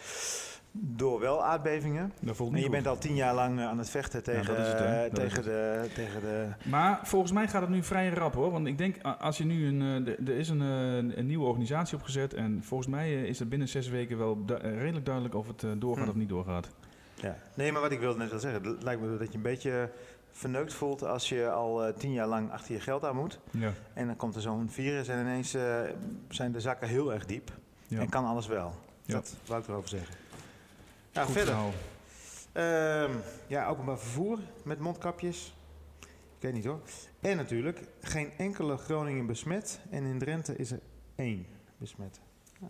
Speaker 4: door wel aardbevingen.
Speaker 3: Dat voelt
Speaker 4: en je
Speaker 3: niet goed. Nou,
Speaker 4: bent al tien jaar lang eh, aan het vechten tegen,
Speaker 3: dat is het, hè.
Speaker 4: eh,
Speaker 3: Dat is
Speaker 4: tegen,
Speaker 3: het.
Speaker 4: de, tegen de.
Speaker 3: Maar volgens mij gaat het nu vrij rap hoor. Want ik denk, a- als je nu een. eh, d- Er is een, eh, een nieuwe organisatie opgezet. En volgens mij eh, is het binnen zes weken wel du- eh, redelijk duidelijk of het eh, doorgaat
Speaker 4: Hm.
Speaker 3: of niet doorgaat.
Speaker 4: Ja. Nee, maar wat ik wilde net al zeggen. Het lijkt me dat je een beetje verneukt voelt als je al eh, tien jaar lang achter je geld aan moet.
Speaker 3: Ja.
Speaker 4: En dan komt er zo'n virus en ineens eh, zijn de zakken heel erg diep.
Speaker 3: Ja.
Speaker 4: En kan alles wel.
Speaker 3: Ja.
Speaker 4: Dat wou ik erover zeggen. Ja,
Speaker 3: Goed
Speaker 4: verder.
Speaker 3: verhaal.
Speaker 4: Ehm, ja, openbaar vervoer met mondkapjes. Ik weet niet hoor. En natuurlijk, geen enkele Groningen besmet. En in Drenthe is er één besmet. Ja.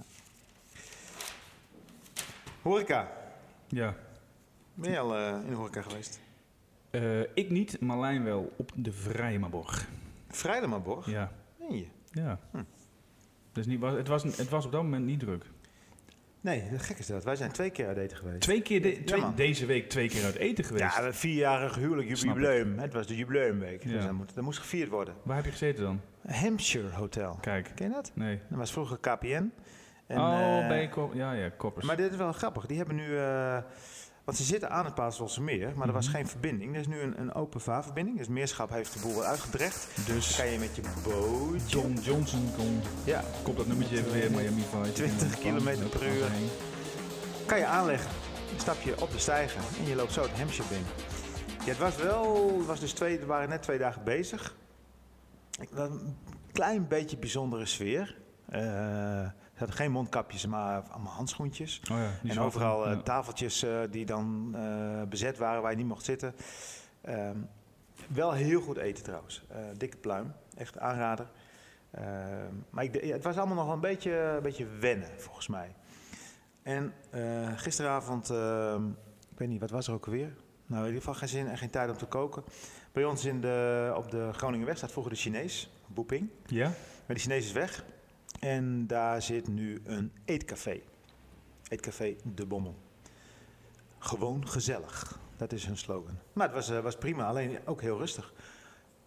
Speaker 4: Horeca.
Speaker 3: Ja.
Speaker 4: Ben je al eh, in de horeca geweest?
Speaker 3: Eh, ik niet, Marlijn wel. Op de Vrijmaborg.
Speaker 4: Vrijmaborg?
Speaker 3: Ja.
Speaker 4: Meen je?
Speaker 3: Ja. Dus niet, wa- het, was, het was op dat moment niet druk.
Speaker 4: Nee, gek is dat. Wij zijn twee keer uit eten geweest.
Speaker 3: Twee keer de- twee-
Speaker 4: man.
Speaker 3: deze week twee keer uit eten geweest.
Speaker 4: Ja, we hebben vierjarig huwelijk jub-
Speaker 3: Snap
Speaker 4: jubileum. Het was de jubileumweek. Dus
Speaker 3: Ja.
Speaker 4: dat moet, dat moest gevierd worden.
Speaker 3: Waar heb je gezeten dan?
Speaker 4: Hampshire Hotel.
Speaker 3: Kijk.
Speaker 4: Ken je dat?
Speaker 3: Nee.
Speaker 4: Dat was vroeger KPN. En,
Speaker 3: oh,
Speaker 4: eh,
Speaker 3: bij Kop- ja, ja, koppers.
Speaker 4: Maar dit is wel grappig. Die hebben nu... eh, want ze zitten aan het Paaslosse meer, maar er was
Speaker 3: Mhm.
Speaker 4: geen verbinding. Er is nu een, een open vaarverbinding. Dus Meerschap heeft de boel weer uitgedrecht. Dus kan je met je bootje...
Speaker 3: John Johnson komt.
Speaker 4: Ja.
Speaker 3: Komt dat nummertje even weer, Miami Vice.
Speaker 4: 20 km per uur. Kan je aanleggen. Een stapje op de stijger en je loopt zo het Hampshire binnen. Ja, het was wel... Het was dus twee, we waren net twee dagen bezig. Het was Een klein beetje bijzondere sfeer. Eh, er hadden geen mondkapjes, maar allemaal handschoentjes.
Speaker 3: Oh ja, die
Speaker 4: en
Speaker 3: zwarte,
Speaker 4: overal eh,
Speaker 3: ja.
Speaker 4: tafeltjes eh, die dan eh, bezet waren waar je niet mocht zitten. Ehm, wel heel goed eten trouwens. Eh, dikke pluim, echt aanrader. Ehm, maar ik, de- ja, het was allemaal nog wel een beetje, eh, een beetje wennen volgens mij. En eh, gisteravond, ehm, ik weet niet, wat was er ook alweer? Nou, in ieder geval geen zin en geen tijd om te koken. Bij ons in de, op de Groningenweg staat vroeger de Chinees, Boeping.
Speaker 3: Ja?
Speaker 4: Maar die Chinees is weg. En daar zit nu een eetcafé. Eetcafé De Bommel. Gewoon gezellig. Dat is hun slogan. Maar het was, eh, was prima, alleen ook heel rustig.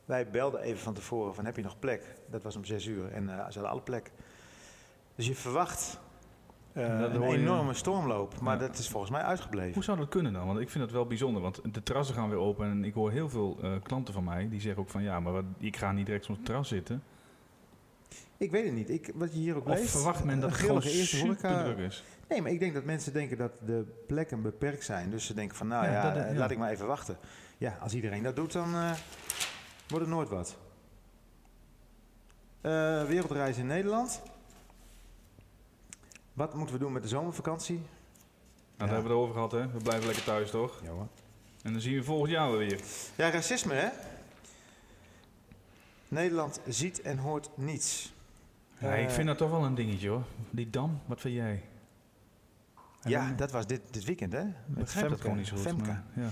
Speaker 4: Wij belden even van tevoren van heb je nog plek? Dat was om zes uur en eh ze hadden alle plek. Dus je verwacht eh,
Speaker 3: Dat
Speaker 4: een
Speaker 3: hoor je-
Speaker 4: enorme stormloop. Maar dat is volgens mij uitgebleven.
Speaker 3: Hoe zou dat kunnen dan? Want ik vind dat wel bijzonder. Want de terrassen gaan weer open. En ik hoor heel veel eh, klanten van mij die zeggen ook van... Ja, maar wat, ik ga niet direct op het terras zitten.
Speaker 4: Ik weet het niet. Ik, wat je hier ook
Speaker 3: Of
Speaker 4: leest...
Speaker 3: verwacht men dat
Speaker 4: een
Speaker 3: het gewoon
Speaker 4: grillige eerste horeca-
Speaker 3: superdruk is?
Speaker 4: Nee, maar ik denk dat mensen denken dat de plekken beperkt zijn. Dus ze denken van, nou
Speaker 3: Ja,
Speaker 4: ja,
Speaker 3: dat-
Speaker 4: eh,
Speaker 3: ja.
Speaker 4: laat ik maar even wachten. Ja, als iedereen dat doet, dan eh, wordt het nooit wat. Eh, wereldreis in Nederland. Wat moeten we doen met de zomervakantie?
Speaker 3: Nou, daar hebben we het over gehad, hè? We blijven lekker thuis, toch?
Speaker 4: Ja, hoor.
Speaker 3: En dan zien we volgend jaar wel weer.
Speaker 4: Ja, racisme, hè? Nederland ziet en hoort niets.
Speaker 3: Ja, ik
Speaker 4: Eh,
Speaker 3: vind dat toch wel een dingetje, hoor. Die dam, wat vind jij?
Speaker 4: Ja, dat was dit, dit weekend, hè?
Speaker 3: Ik
Speaker 4: Met
Speaker 3: begrijp dat
Speaker 4: Femke.
Speaker 3: gewoon niet zo goed.
Speaker 4: Femke.
Speaker 3: maar ja.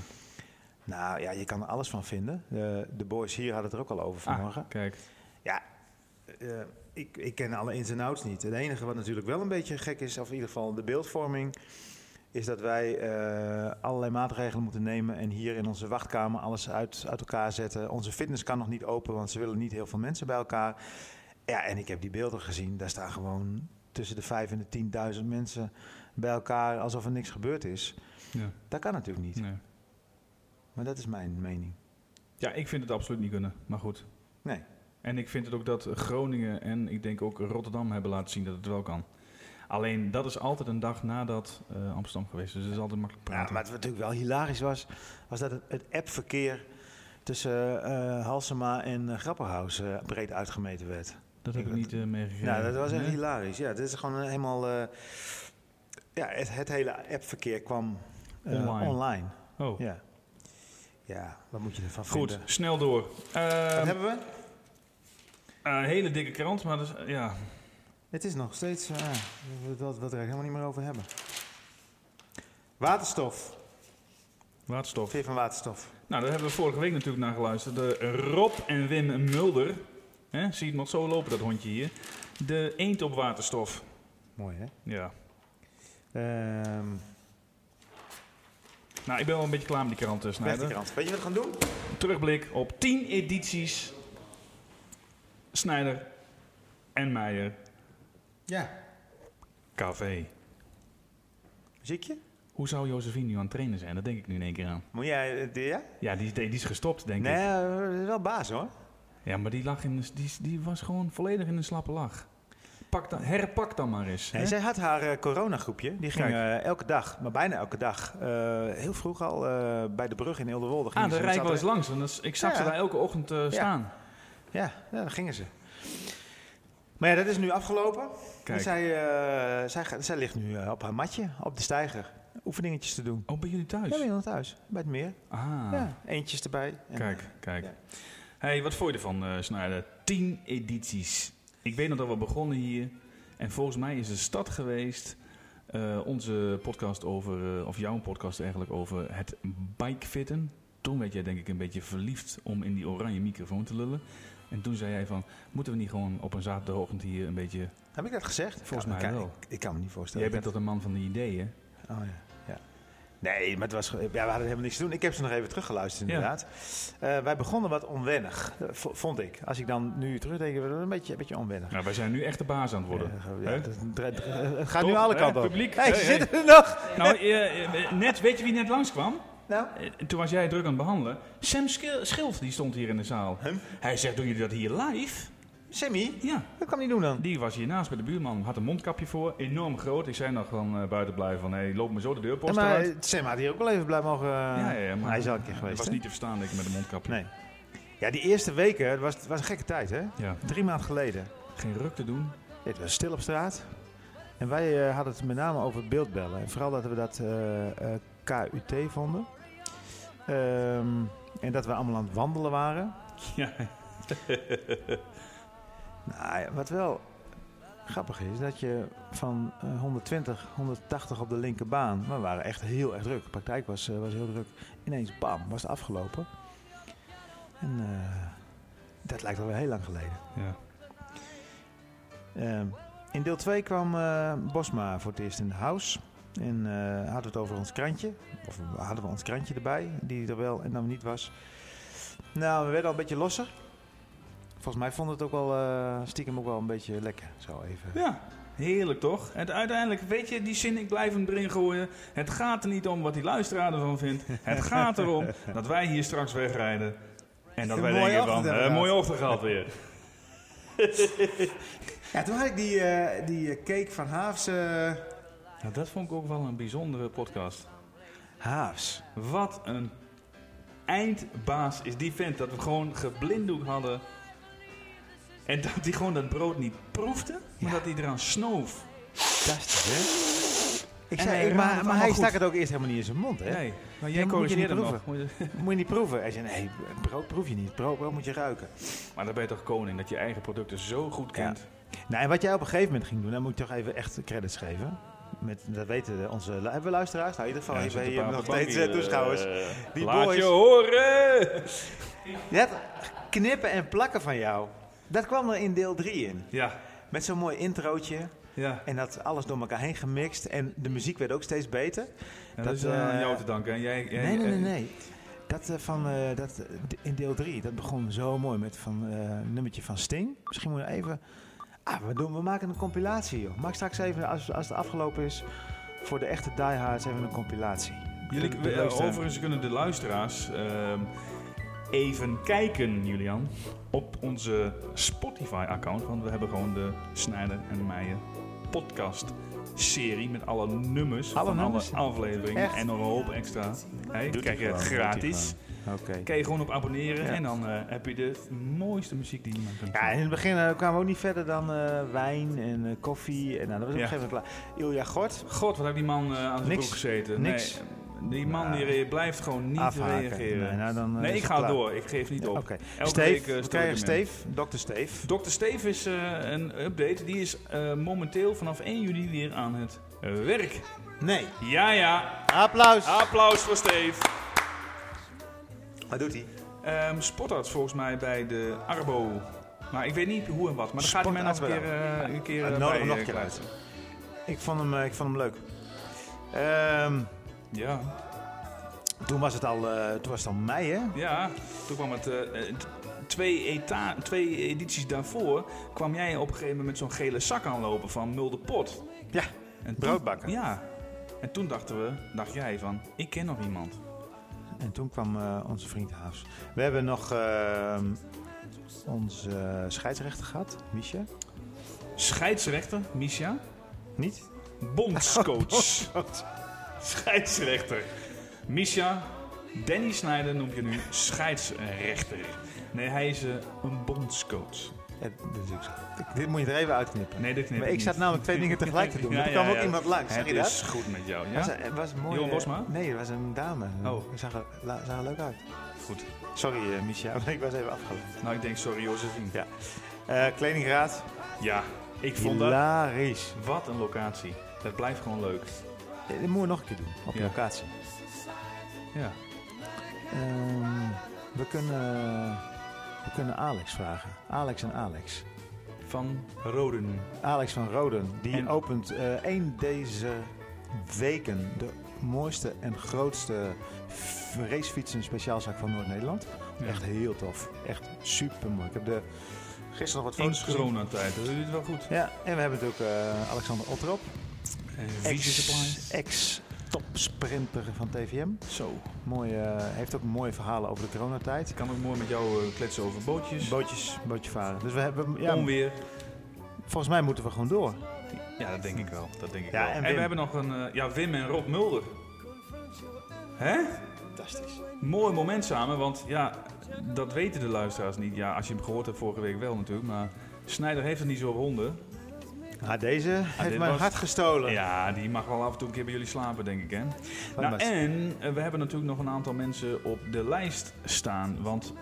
Speaker 4: Nou ja, je kan er alles van vinden. Eh, de boys hier hadden het er ook al over
Speaker 3: Ah,
Speaker 4: vanmorgen.
Speaker 3: kijk.
Speaker 4: Ja, eh, ik, ik ken alle ins en outs niet. Het enige wat natuurlijk wel een beetje gek is, of in ieder geval de beeldvorming, is dat wij eh, allerlei maatregelen moeten nemen en hier in onze wachtkamer alles uit, uit elkaar zetten. Onze fitness kan nog niet open, want ze willen niet heel veel mensen bij elkaar. Ja, en ik heb die beelden gezien. Daar staan gewoon tussen de 5 en de 10.000 mensen bij elkaar alsof er niks gebeurd is.
Speaker 3: Ja.
Speaker 4: Dat kan natuurlijk niet. Maar dat is mijn mening.
Speaker 3: Ja, ik vind het absoluut niet kunnen, maar goed.
Speaker 4: Nee.
Speaker 3: En ik vind het ook dat Groningen en ik denk ook Rotterdam hebben laten zien dat het wel kan. Alleen dat is altijd een dag nadat eh, Amsterdam geweest is. Dus het is altijd makkelijk praten.
Speaker 4: Ja, maar wat natuurlijk wel hilarisch was, was dat het, het appverkeer tussen eh Halsema en eh, Grapperhaus eh, breed uitgemeten werd.
Speaker 3: dat heb ik niet eh, meegegeven.
Speaker 4: Nou, dat was echt
Speaker 3: Nee?
Speaker 4: hilarisch. Ja, het is gewoon eh, helemaal. eh, ja, het, het hele appverkeer kwam eh,
Speaker 3: Online.
Speaker 4: online.
Speaker 3: Oh.
Speaker 4: Ja. ja, wat moet je ervan
Speaker 3: Goed,
Speaker 4: vinden?
Speaker 3: snel door. Ehm,
Speaker 4: Wat hebben we?
Speaker 3: Een hele dikke krant, maar dat is, ja.
Speaker 4: Het is nog steeds. eh, dat, dat we het er helemaal niet meer over hebben. Waterstof.
Speaker 3: Waterstof.
Speaker 4: Veer van waterstof.
Speaker 3: Nou, daar hebben we vorige week natuurlijk naar geluisterd. De Rob en Wim Mulder. Hè, zie het nog zo lopen, dat hondje hier. De eend op waterstof.
Speaker 4: Mooi, hè?
Speaker 3: Ja.
Speaker 4: Ehm,
Speaker 3: Nou, ik ben wel een beetje klaar met die kranten, Snijder.
Speaker 4: die krant. Weet je wat we gaan doen?
Speaker 3: Terugblik op 10 edities. Snijder en Meijer.
Speaker 4: Ja.
Speaker 3: KV.
Speaker 4: Ziekje?
Speaker 3: Hoe zou Josephine nu aan het trainen zijn? Dat denk ik nu in één keer aan.
Speaker 4: Moet jij, eh, die- ja?
Speaker 3: Ja, die, is- die is gestopt, denk
Speaker 4: Nee,
Speaker 3: ik.
Speaker 4: eh, dat is wel baas hoor.
Speaker 3: Ja, maar die, lag in de, die, die was gewoon volledig in een slappe lach. Pak dan, herpak dan maar eens.
Speaker 4: Nee,
Speaker 3: hè?
Speaker 4: zij had haar eh, coronagroepje. Die ging
Speaker 3: Kijk.
Speaker 4: eh, elke dag, maar bijna elke dag, eh, heel vroeg al eh, bij de brug in Hilderwolde.
Speaker 3: Ah,
Speaker 4: gingen
Speaker 3: daar
Speaker 4: ze met
Speaker 3: rijd ik wel eens
Speaker 4: zaterdag-
Speaker 3: langs. Want dat is- ik zag
Speaker 4: Ja.
Speaker 3: ze daar elke ochtend eh, staan.
Speaker 4: Ja, ja, daar gingen ze. Maar ja, dat is nu afgelopen.
Speaker 3: Kijk.
Speaker 4: En Zij, eh, zij, gaat- zij ligt nu eh, op haar matje, op de steiger, oefeningetjes te doen.
Speaker 3: Oh, bij jullie thuis?
Speaker 4: Ja, bij jullie thuis, bij het meer.
Speaker 3: Ah.
Speaker 4: Ja, eentjes erbij. En,
Speaker 3: Kijk,
Speaker 4: eh,
Speaker 3: kijk. hey, wat vond je ervan, eh Snijder? Tien edities. Ik weet nog dat we begonnen hier. En volgens mij is de stad geweest. eh, onze podcast over, eh, of jouw podcast eigenlijk, over het bikefitten. Toen werd jij denk ik een beetje verliefd om in die oranje microfoon te lullen. En toen zei jij van, moeten we niet gewoon op een zaterdagochtend hier een beetje...
Speaker 4: Heb ik dat gezegd?
Speaker 3: Volgens
Speaker 4: Kan-
Speaker 3: mij
Speaker 4: kan-
Speaker 3: wel.
Speaker 4: Ik, ik kan me niet voorstellen.
Speaker 3: Jij bent tot een man van de ideeën.
Speaker 4: Oh ja. ja. Nee, maar het was, ge- ja, we hadden helemaal niks te doen. Ik heb ze nog even teruggeluisterd,
Speaker 3: Ja.
Speaker 4: inderdaad. Eh, wij begonnen wat onwennig, eh, vo- vond ik. Als ik dan nu terugdenk, was het een beetje, een beetje onwennig. Eh,
Speaker 3: Nou, wij zijn nu echt de baas aan het worden.
Speaker 4: ja,
Speaker 3: Hè?
Speaker 4: dat- dra- dra- het gaat Eh, nu
Speaker 3: Toch?
Speaker 4: alle
Speaker 3: Hè,
Speaker 4: kanten op.
Speaker 3: publiek.
Speaker 4: Hey,
Speaker 3: Hey,
Speaker 4: ze
Speaker 3: hey.
Speaker 4: zitten er nog.
Speaker 3: Nou, eh, eh, net, weet je wie net langskwam?
Speaker 4: Nou?
Speaker 3: Eh, Toen was jij druk aan het behandelen. Sam Schil- Schild, die stond hier in de zaal. Hij zegt, doen jullie dat hier live?
Speaker 4: Sammy?
Speaker 3: Ja.
Speaker 4: Dat kan niet doen dan.
Speaker 3: Die was hiernaast bij de buurman, had een mondkapje voor, enorm groot. Ik zei nog van eh, buiten blijven van, hey, loop me zo de
Speaker 4: Ja,
Speaker 3: deurpost
Speaker 4: maar
Speaker 3: uit.
Speaker 4: Sam had hier ook wel even blij mogen... eh,
Speaker 3: Ja, ja, ja, maar
Speaker 4: hij is al een keer geweest,
Speaker 3: Het was
Speaker 4: hè?
Speaker 3: niet te verstaan, denk ik, met een mondkapje.
Speaker 4: Nee. Ja, die eerste weken, het was, het was een gekke tijd, hè?
Speaker 3: Ja.
Speaker 4: Drie maanden geleden.
Speaker 3: Geen ruk te doen.
Speaker 4: Het was stil op straat. En wij eh, hadden het met name over beeldbellen. En vooral dat we dat eh, eh, KUT vonden. Ehm, en dat we allemaal aan het wandelen waren.
Speaker 3: Ja.
Speaker 4: Nou, ja, wat wel grappig is, dat je van eh, 120, 180 op de linkerbaan... Maar we waren echt heel erg druk. De praktijk was, eh, was heel druk. Ineens, bam, was het afgelopen. En eh, dat lijkt alweer heel lang geleden.
Speaker 3: Ja.
Speaker 4: Ehm, in deel 2 kwam eh, Bosma voor het eerst in de house. En eh, hadden we het over ons krantje. Of hadden we ons krantje erbij, die er wel en dan niet was. Nou, we werden al een beetje losser. Volgens mij vond het ook wel eh, stiekem ook wel een beetje lekker. Zo even.
Speaker 3: Ja, heerlijk toch? Het uiteindelijk, weet je, die zin, ik blijf hem erin gooien. Het gaat er niet om wat die luisteraar ervan vindt. Het gaat erom dat wij hier straks wegrijden. En dat
Speaker 4: Een
Speaker 3: wij
Speaker 4: mooie
Speaker 3: denken
Speaker 4: ochtend
Speaker 3: van,
Speaker 4: hebben
Speaker 3: eh,
Speaker 4: we
Speaker 3: mooie
Speaker 4: gehad.
Speaker 3: ochtend gehad weer.
Speaker 4: Ja, toen had ik die, eh, die eh, cake van Haafs. eh,
Speaker 3: Ja, dat vond ik ook wel een bijzondere podcast.
Speaker 4: Haafs.
Speaker 3: Wat een eindbaas is die vent. Dat we gewoon geblinddoek hadden. En dat hij gewoon dat brood niet proefde, maar dat hij eraan snoof.
Speaker 4: Fantastisch, hè? Ik
Speaker 3: En
Speaker 4: zei,
Speaker 3: hij raadde
Speaker 4: ik-
Speaker 3: het
Speaker 4: eh, maar, maar
Speaker 3: allemaal
Speaker 4: hij
Speaker 3: goed.
Speaker 4: stak het ook eerst helemaal niet in zijn mond, hè?
Speaker 3: Nee, maar jij
Speaker 4: Ja, moet je niet
Speaker 3: corrigeerde hem
Speaker 4: proeven.
Speaker 3: nog.
Speaker 4: Moet je niet proeven. Hij zei, nee, brood proef je niet. Brood, brood moet je ruiken.
Speaker 3: Maar dan ben je toch koning, dat je eigen producten zo goed kent.
Speaker 4: Nou, en wat jij op een gegeven moment ging doen, dan moet je toch even echt credits geven. Met, dat weten de- onze lu- hebben we luisteraars. Nou, in ieder geval
Speaker 3: Ja,
Speaker 4: hebben
Speaker 3: zit
Speaker 4: we
Speaker 3: een paar
Speaker 4: hier nog
Speaker 3: op de bank
Speaker 4: steeds
Speaker 3: hier,
Speaker 4: eh, toeschouwers.
Speaker 3: eh,
Speaker 4: die
Speaker 3: laat
Speaker 4: boys.
Speaker 3: je horen!
Speaker 4: Je had knippen en plakken van jou. Dat kwam er in deel 3 in.
Speaker 3: Ja.
Speaker 4: Met zo'n mooi introotje.
Speaker 3: Ja.
Speaker 4: En dat alles door elkaar heen gemixt. En de muziek werd ook steeds beter.
Speaker 3: Ja, dat, is
Speaker 4: eh,
Speaker 3: aan jou te danken. En jij, jij-
Speaker 4: nee, nee, nee,
Speaker 3: eh,
Speaker 4: nee. Dat, eh, van, eh, dat, eh, d- in deel 3, dat begon zo mooi met van, eh, een nummertje van Sting. Misschien moet je even... Ah, we, doen, we maken een compilatie, joh. Maak straks even, als, als het afgelopen is, voor de echte diehards even een compilatie.
Speaker 3: Jullie,
Speaker 4: De- de
Speaker 3: we- eh,
Speaker 4: leukste-
Speaker 3: overigens kunnen de luisteraars ehm, even kijken, Julian, op onze Spotify-account. Want we hebben gewoon de Snijder en Meijer podcast-serie met alle nummers
Speaker 4: Alle
Speaker 3: van
Speaker 4: nummers?
Speaker 3: alle afleveringen
Speaker 4: Echt?
Speaker 3: en nog een hoop extra. Hey,
Speaker 4: Doet
Speaker 3: kijk
Speaker 4: hij
Speaker 3: je het
Speaker 4: gewoon, doet hij
Speaker 3: gratis.
Speaker 4: gewoon. Oké.
Speaker 3: Kan je gewoon op abonneren
Speaker 4: Ja.
Speaker 3: en dan eh, heb je de mooiste muziek die je maar kunt
Speaker 4: Ja, in het begin eh, kwamen we ook niet verder dan eh, wijn en eh, koffie. En nou, dat was
Speaker 3: Ja.
Speaker 4: op een gegeven moment klaar. Ilja Gort.
Speaker 3: God, wat heb die man eh, aan zijn
Speaker 4: Niks.
Speaker 3: broek gezeten?
Speaker 4: Niks.
Speaker 3: Nee, eh, die man die re- blijft gewoon niet
Speaker 4: Afhaken.
Speaker 3: reageren.
Speaker 4: Nee, nou, dan, eh, is
Speaker 3: ik
Speaker 4: het
Speaker 3: ga
Speaker 4: klaar.
Speaker 3: door. Ik geef niet op.
Speaker 4: Oké.
Speaker 3: Elke
Speaker 4: Steve,
Speaker 3: eh,
Speaker 4: we
Speaker 3: stel ik
Speaker 4: krijgen
Speaker 3: hem in.
Speaker 4: Steve, Dr. Steve.
Speaker 3: Dr. Steve is eh, een update. Die is eh, momenteel vanaf 1 juli weer aan het werk.
Speaker 4: Nee.
Speaker 3: Ja, ja.
Speaker 4: Applaus.
Speaker 3: Applaus voor Steve.
Speaker 4: Wat doet hij?
Speaker 3: Ehm sportarts volgens mij bij de Arbo. Maar ik weet niet hoe en wat. Maar dan gaat hij mij nog een keer, eh, een keer eh,
Speaker 4: Het nodig
Speaker 3: bij,
Speaker 4: nog
Speaker 3: eh,
Speaker 4: een keer uit.
Speaker 3: kwijt.
Speaker 4: Ik vond hem, eh, ik vond hem leuk. Ehm,
Speaker 3: Ja.
Speaker 4: Toen was het al, eh, toen was het al mei, hè?
Speaker 3: Ja, toen kwam het. eh, eh, t- twee, eta- twee edities daarvoor kwam jij op een gegeven moment met zo'n gele zak aanlopen van Mulder Pot.
Speaker 4: Ja,
Speaker 3: en
Speaker 4: broodbakken.
Speaker 3: ja. En toen dachten we, dacht jij van, ik ken nog iemand.
Speaker 4: En toen kwam eh, onze vriend Haafs. We hebben nog eh, onze eh, scheidsrechter gehad, Misha.
Speaker 3: Scheidsrechter, Misha?
Speaker 4: Niet? Oh,
Speaker 3: Bondscoach. scheidsrechter. Misha, Danny Snyder noem je nu scheidsrechter. Nee, hij is eh, een bondscoach.
Speaker 4: Dit moet je er even uitknippen.
Speaker 3: Nee, dat knip
Speaker 4: Maar ik zat namelijk twee dingen tegelijk te doen.
Speaker 3: Er
Speaker 4: Er kwam ook iemand langs, zag
Speaker 3: Het
Speaker 4: je dat?
Speaker 3: is goed met jou, ja?
Speaker 4: Was, eh, was een mooie,
Speaker 3: Johan Bosma?
Speaker 4: Nee, dat was een dame.
Speaker 3: Oh.
Speaker 4: Zag er, la- zag er leuk uit.
Speaker 3: Goed.
Speaker 4: Sorry, eh, Misha, maar ik was even afgeleid.
Speaker 3: Nou, ik denk sorry, Josephine.
Speaker 4: Ja. Eh, kledingraad.
Speaker 3: Ja, ik vond
Speaker 4: Hilarisch.
Speaker 3: dat... Wat een locatie. Het blijft gewoon leuk.
Speaker 4: Eh, Dit moeten we nog een keer doen, op
Speaker 3: Ja.
Speaker 4: locatie.
Speaker 3: Ja.
Speaker 4: Ehm, we, kunnen, we kunnen Alex vragen. Alex en Alex.
Speaker 3: Van Roden.
Speaker 4: Alex van Roden. Die opent eh één deze weken de mooiste en grootste f- racefietsen speciaalzaak van Noord-Nederland.
Speaker 3: Ja.
Speaker 4: Echt heel tof. Echt super mooi. Ik heb de, gisteren nog wat
Speaker 3: In
Speaker 4: foto's gezien.
Speaker 3: coronatijd, dat is wel goed.
Speaker 4: Ja, en we hebben natuurlijk eh, Alexander Otrop.
Speaker 3: Eh, Visie Supply.
Speaker 4: Ex-topsprinter van TVM.
Speaker 3: Zo.
Speaker 4: Mooi, eh, heeft ook mooie verhalen over de coronatijd.
Speaker 3: Kan ook mooi met jou eh, kletsen over bootjes.
Speaker 4: Bootjes, bootje varen. Dus we hebben... Ja,
Speaker 3: Onweer.
Speaker 4: Volgens mij moeten we gewoon door.
Speaker 3: Ja, dat denk ik wel. Dat denk ik
Speaker 4: Ja,
Speaker 3: wel.
Speaker 4: en
Speaker 3: En,
Speaker 4: Wim.
Speaker 3: we hebben nog een... eh, ja, Wim en Rob Mulder. Hè?
Speaker 4: Fantastisch.
Speaker 3: Mooi moment samen, want ja, dat weten de luisteraars niet. Ja, als je hem gehoord hebt vorige week wel natuurlijk, maar... Snijder heeft het niet zo op honden.
Speaker 4: Ah, deze heeft
Speaker 3: dit
Speaker 4: mijn
Speaker 3: was-
Speaker 4: hart gestolen.
Speaker 3: Ja, die mag wel af en toe een keer bij jullie slapen, denk ik, hè? Nou,
Speaker 4: maar.
Speaker 3: en eh, we hebben natuurlijk nog een aantal mensen op de lijst staan, want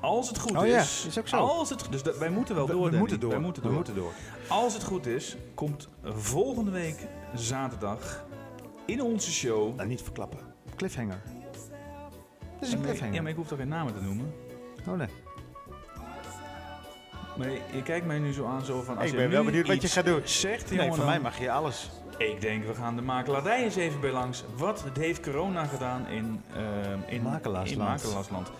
Speaker 3: als het goed
Speaker 4: Oh ja,
Speaker 3: is...
Speaker 4: is ook zo.
Speaker 3: Als het, dus dat- wij moeten wel
Speaker 4: We-
Speaker 3: door,
Speaker 4: we
Speaker 3: Danny.
Speaker 4: moeten door,
Speaker 3: Wij moeten
Speaker 4: we
Speaker 3: door.
Speaker 4: moeten door.
Speaker 3: Als het goed is, komt volgende week zaterdag in onze show...
Speaker 4: Nou, niet verklappen. Cliffhanger. Dat is een cliffhanger.
Speaker 3: Ja, maar Dus ik hoef toch geen namen te noemen?
Speaker 4: Oh nee.
Speaker 3: Maar je, je kijkt mij nu zo aan, zo van... Als
Speaker 4: ik
Speaker 3: je
Speaker 4: ben wel
Speaker 3: nu
Speaker 4: benieuwd wat je
Speaker 3: iets
Speaker 4: gaat doen.
Speaker 3: Zegt,
Speaker 4: nee,
Speaker 3: jongen,
Speaker 4: van mij
Speaker 3: dan-
Speaker 4: mag je alles.
Speaker 3: Ik denk, we gaan de makelaardij eens even bij langs. Wat heeft corona gedaan in, eh in,
Speaker 4: Makelaarsland.
Speaker 3: in makelaarsland?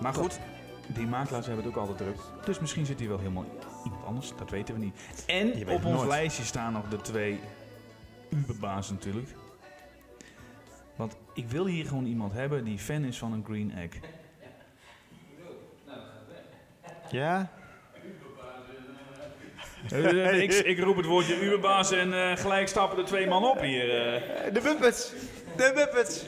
Speaker 3: Maar goed, die makelaars hebben het ook altijd druk. Dus misschien zit hier wel helemaal iemand anders, dat weten we niet.
Speaker 4: Je
Speaker 3: En
Speaker 4: weet
Speaker 3: op
Speaker 4: het
Speaker 3: ons
Speaker 4: nooit.
Speaker 3: lijstje staan nog de twee Uberbaas natuurlijk. Want ik wil hier gewoon iemand hebben die fan is van een green egg.
Speaker 4: Ja?
Speaker 3: Eh, ik, ik roep het woordje Uberbaas en eh, gelijk stappen de twee man op hier. eh.
Speaker 4: Eh, De Muppets! De Muppets!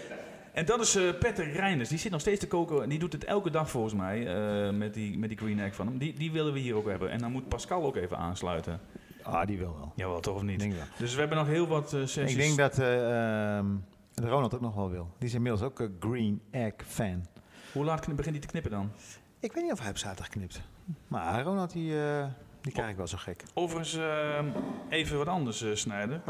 Speaker 3: En dat is eh Petter Reinders. Die zit nog steeds te koken. en Die doet het elke dag volgens mij eh, met, die, met die green egg van hem. Die, die willen we hier ook hebben. En dan moet Pascal ook even aansluiten.
Speaker 4: Ah, die wil wel.
Speaker 3: Jawel, toch of niet?
Speaker 4: Denk wel.
Speaker 3: Dus we hebben nog heel wat eh, sessies.
Speaker 4: Ik denk dat eh, ehm, Ronald ook nog wel wil. Die is inmiddels ook een Green Egg fan.
Speaker 3: Hoe laat kni- begint hij te knippen dan?
Speaker 4: Ik weet niet of hij op zaterdag knipt. Maar Ronald, die, eh, die krijg ik wel zo gek.
Speaker 3: Overigens, ehm, even wat anders eh, snijden.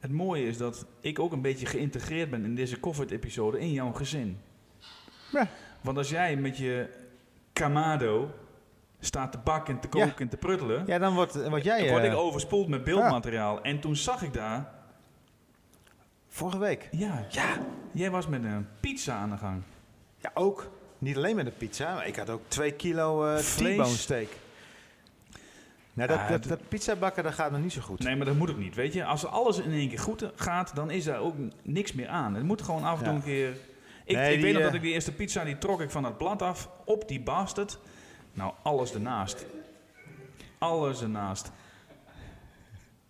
Speaker 3: Het mooie is dat ik ook een beetje geïntegreerd ben in deze COVID-episode in jouw gezin.
Speaker 4: Ja.
Speaker 3: Want als jij met je kamado staat te bakken en te koken en te pruttelen...
Speaker 4: Ja, dan wordt, word jij...
Speaker 3: Toen word
Speaker 4: eh,
Speaker 3: ik overspoeld met beeldmateriaal. En toen zag ik daar...
Speaker 4: Vorige week?
Speaker 3: Ja. ja. Jij was met een pizza aan de gang.
Speaker 4: Ja, ook. Niet alleen met de pizza, maar ik had ook 2 kilo eh,
Speaker 3: Vlees.
Speaker 4: T-bone steak. Nou, dat,
Speaker 3: Ah,
Speaker 4: dat,
Speaker 3: d-
Speaker 4: dat pizza bakken, dat gaat nog niet zo goed.
Speaker 3: Nee, maar dat moet ook niet, weet je. Als alles in één keer goed gaat, dan is daar ook niks meer aan. Het moet gewoon af en toe
Speaker 4: Ja.
Speaker 3: een keer... Ik,
Speaker 4: Nee,
Speaker 3: ik
Speaker 4: die,
Speaker 3: weet nog
Speaker 4: eh,
Speaker 3: dat ik die eerste pizza, die trok ik van het blad af op die bastard. Nou, alles ernaast. Alles ernaast.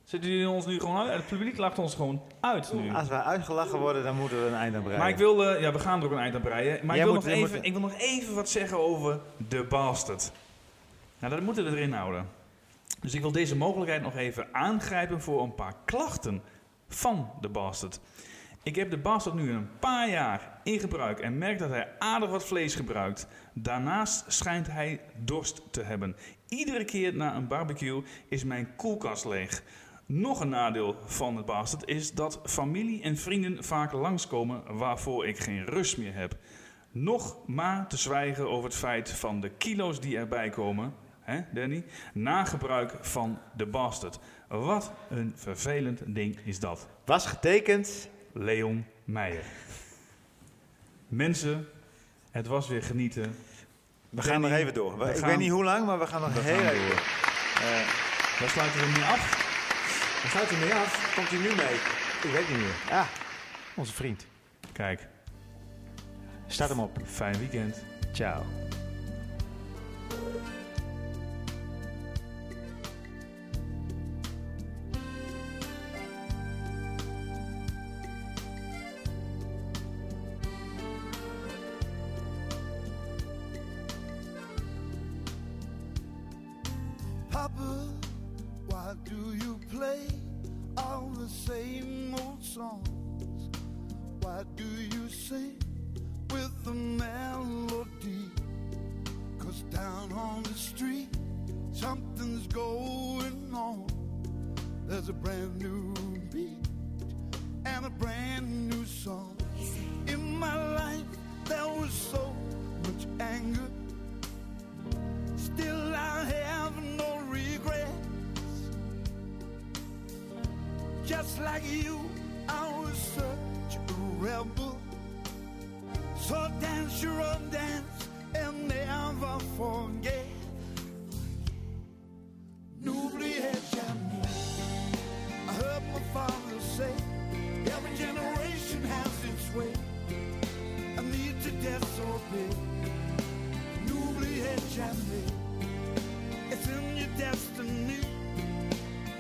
Speaker 3: Zitten jullie ons nu gewoon uit? Het publiek lacht ons gewoon uit nu.
Speaker 4: Als wij uitgelachen worden, dan moeten we een eind aan breien.
Speaker 3: Maar ik wil, eh, ja, we gaan er ook een eind aan breien. Maar
Speaker 4: Jij
Speaker 3: ik wil,
Speaker 4: moet-
Speaker 3: nog
Speaker 4: jij
Speaker 3: even,
Speaker 4: moet-
Speaker 3: ik wil nog even wat zeggen over The Bastard. Nou, dat moeten we erin houden. Dus ik wil deze mogelijkheid nog even aangrijpen voor een paar klachten van The Bastard. Ik heb The Bastard nu een paar jaar in gebruik en merk dat hij aardig wat vlees gebruikt. Daarnaast schijnt hij dorst te hebben. Iedere keer na een barbecue is mijn koelkast leeg. Nog een nadeel van het Bastard is dat familie en vrienden vaak langskomen waarvoor ik geen rust meer heb. Nog maar te zwijgen over het feit van de kilo's die erbij komen, hè Danny, na gebruik van de Bastard. Wat een vervelend ding is dat.
Speaker 4: Was getekend
Speaker 3: Leon Meijer. Mensen, het was weer genieten.
Speaker 4: We gaan nog even door.
Speaker 3: we
Speaker 4: ik
Speaker 3: gaan-
Speaker 4: weet niet hoe lang, maar we gaan nog
Speaker 3: we
Speaker 4: heel
Speaker 3: gaan
Speaker 4: even
Speaker 3: door.
Speaker 4: door. Eh,
Speaker 3: Daar sluiten we mee af.
Speaker 4: Daar sluiten we mee af. Komt hij nu mee? Ik weet niet meer. Ah, onze vriend.
Speaker 3: Kijk.
Speaker 4: Start hem op.
Speaker 3: Fijn weekend.
Speaker 4: Ciao.
Speaker 11: Papa, why do you play all the same old songs? Why do you sing with the melody? Cause down on the street, something's going on. There's a brand new beat and a brand new song. In my life, there was so much anger. Still, I have no regrets. Just like you, I was such a rebel. So dance your own dance and never forget. N'oubliez jamais. I heard my father say, every generation has its way. I need to disobey. N'oubliez jamais. It's in your destiny.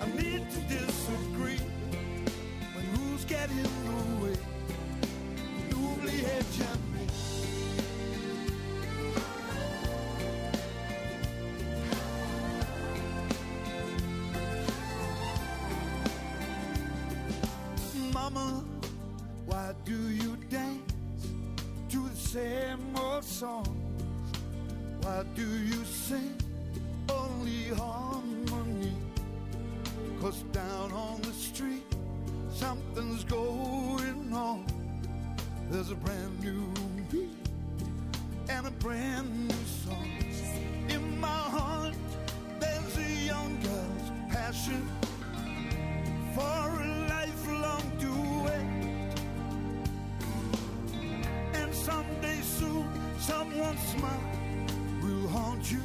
Speaker 11: I need to disagree. When rules get in the way, n'oubliez jamais. Mama, why do you dance to the same old song? Why do you sing only harmony? Cause down on the street, something's going on. There's a brand new beat and a brand new song. In my heart, there's a young girl's passion for a lifelong duet. And someday soon, someone's smile will haunt you.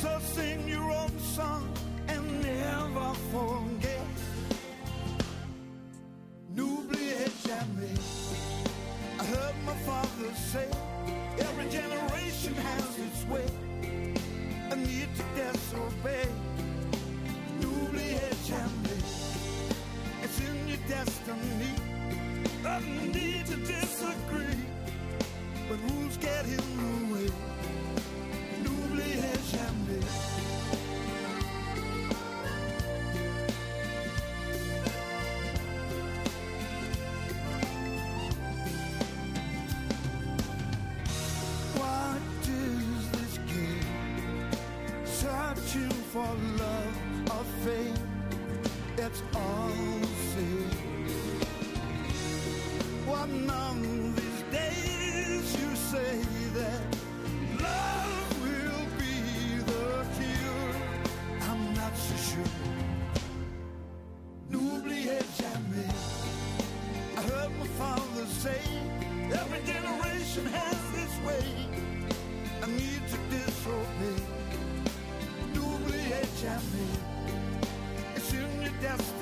Speaker 11: So sing your own song and never forget. N'oubliez jamais. I heard my father say, every generation has its way. I need to disobey. N'oubliez jamais. It's in your destiny. I need to disagree. But rules get in the way. N'oubliez jamais. What is this game? Searching for love or fame. It's all the same. One of these days you say that love will be the cure. I'm not so sure. N'oubliez jamais. I heard my father say, every generation has its way. I need to disobey. N'oubliez jamais. It's in your destiny.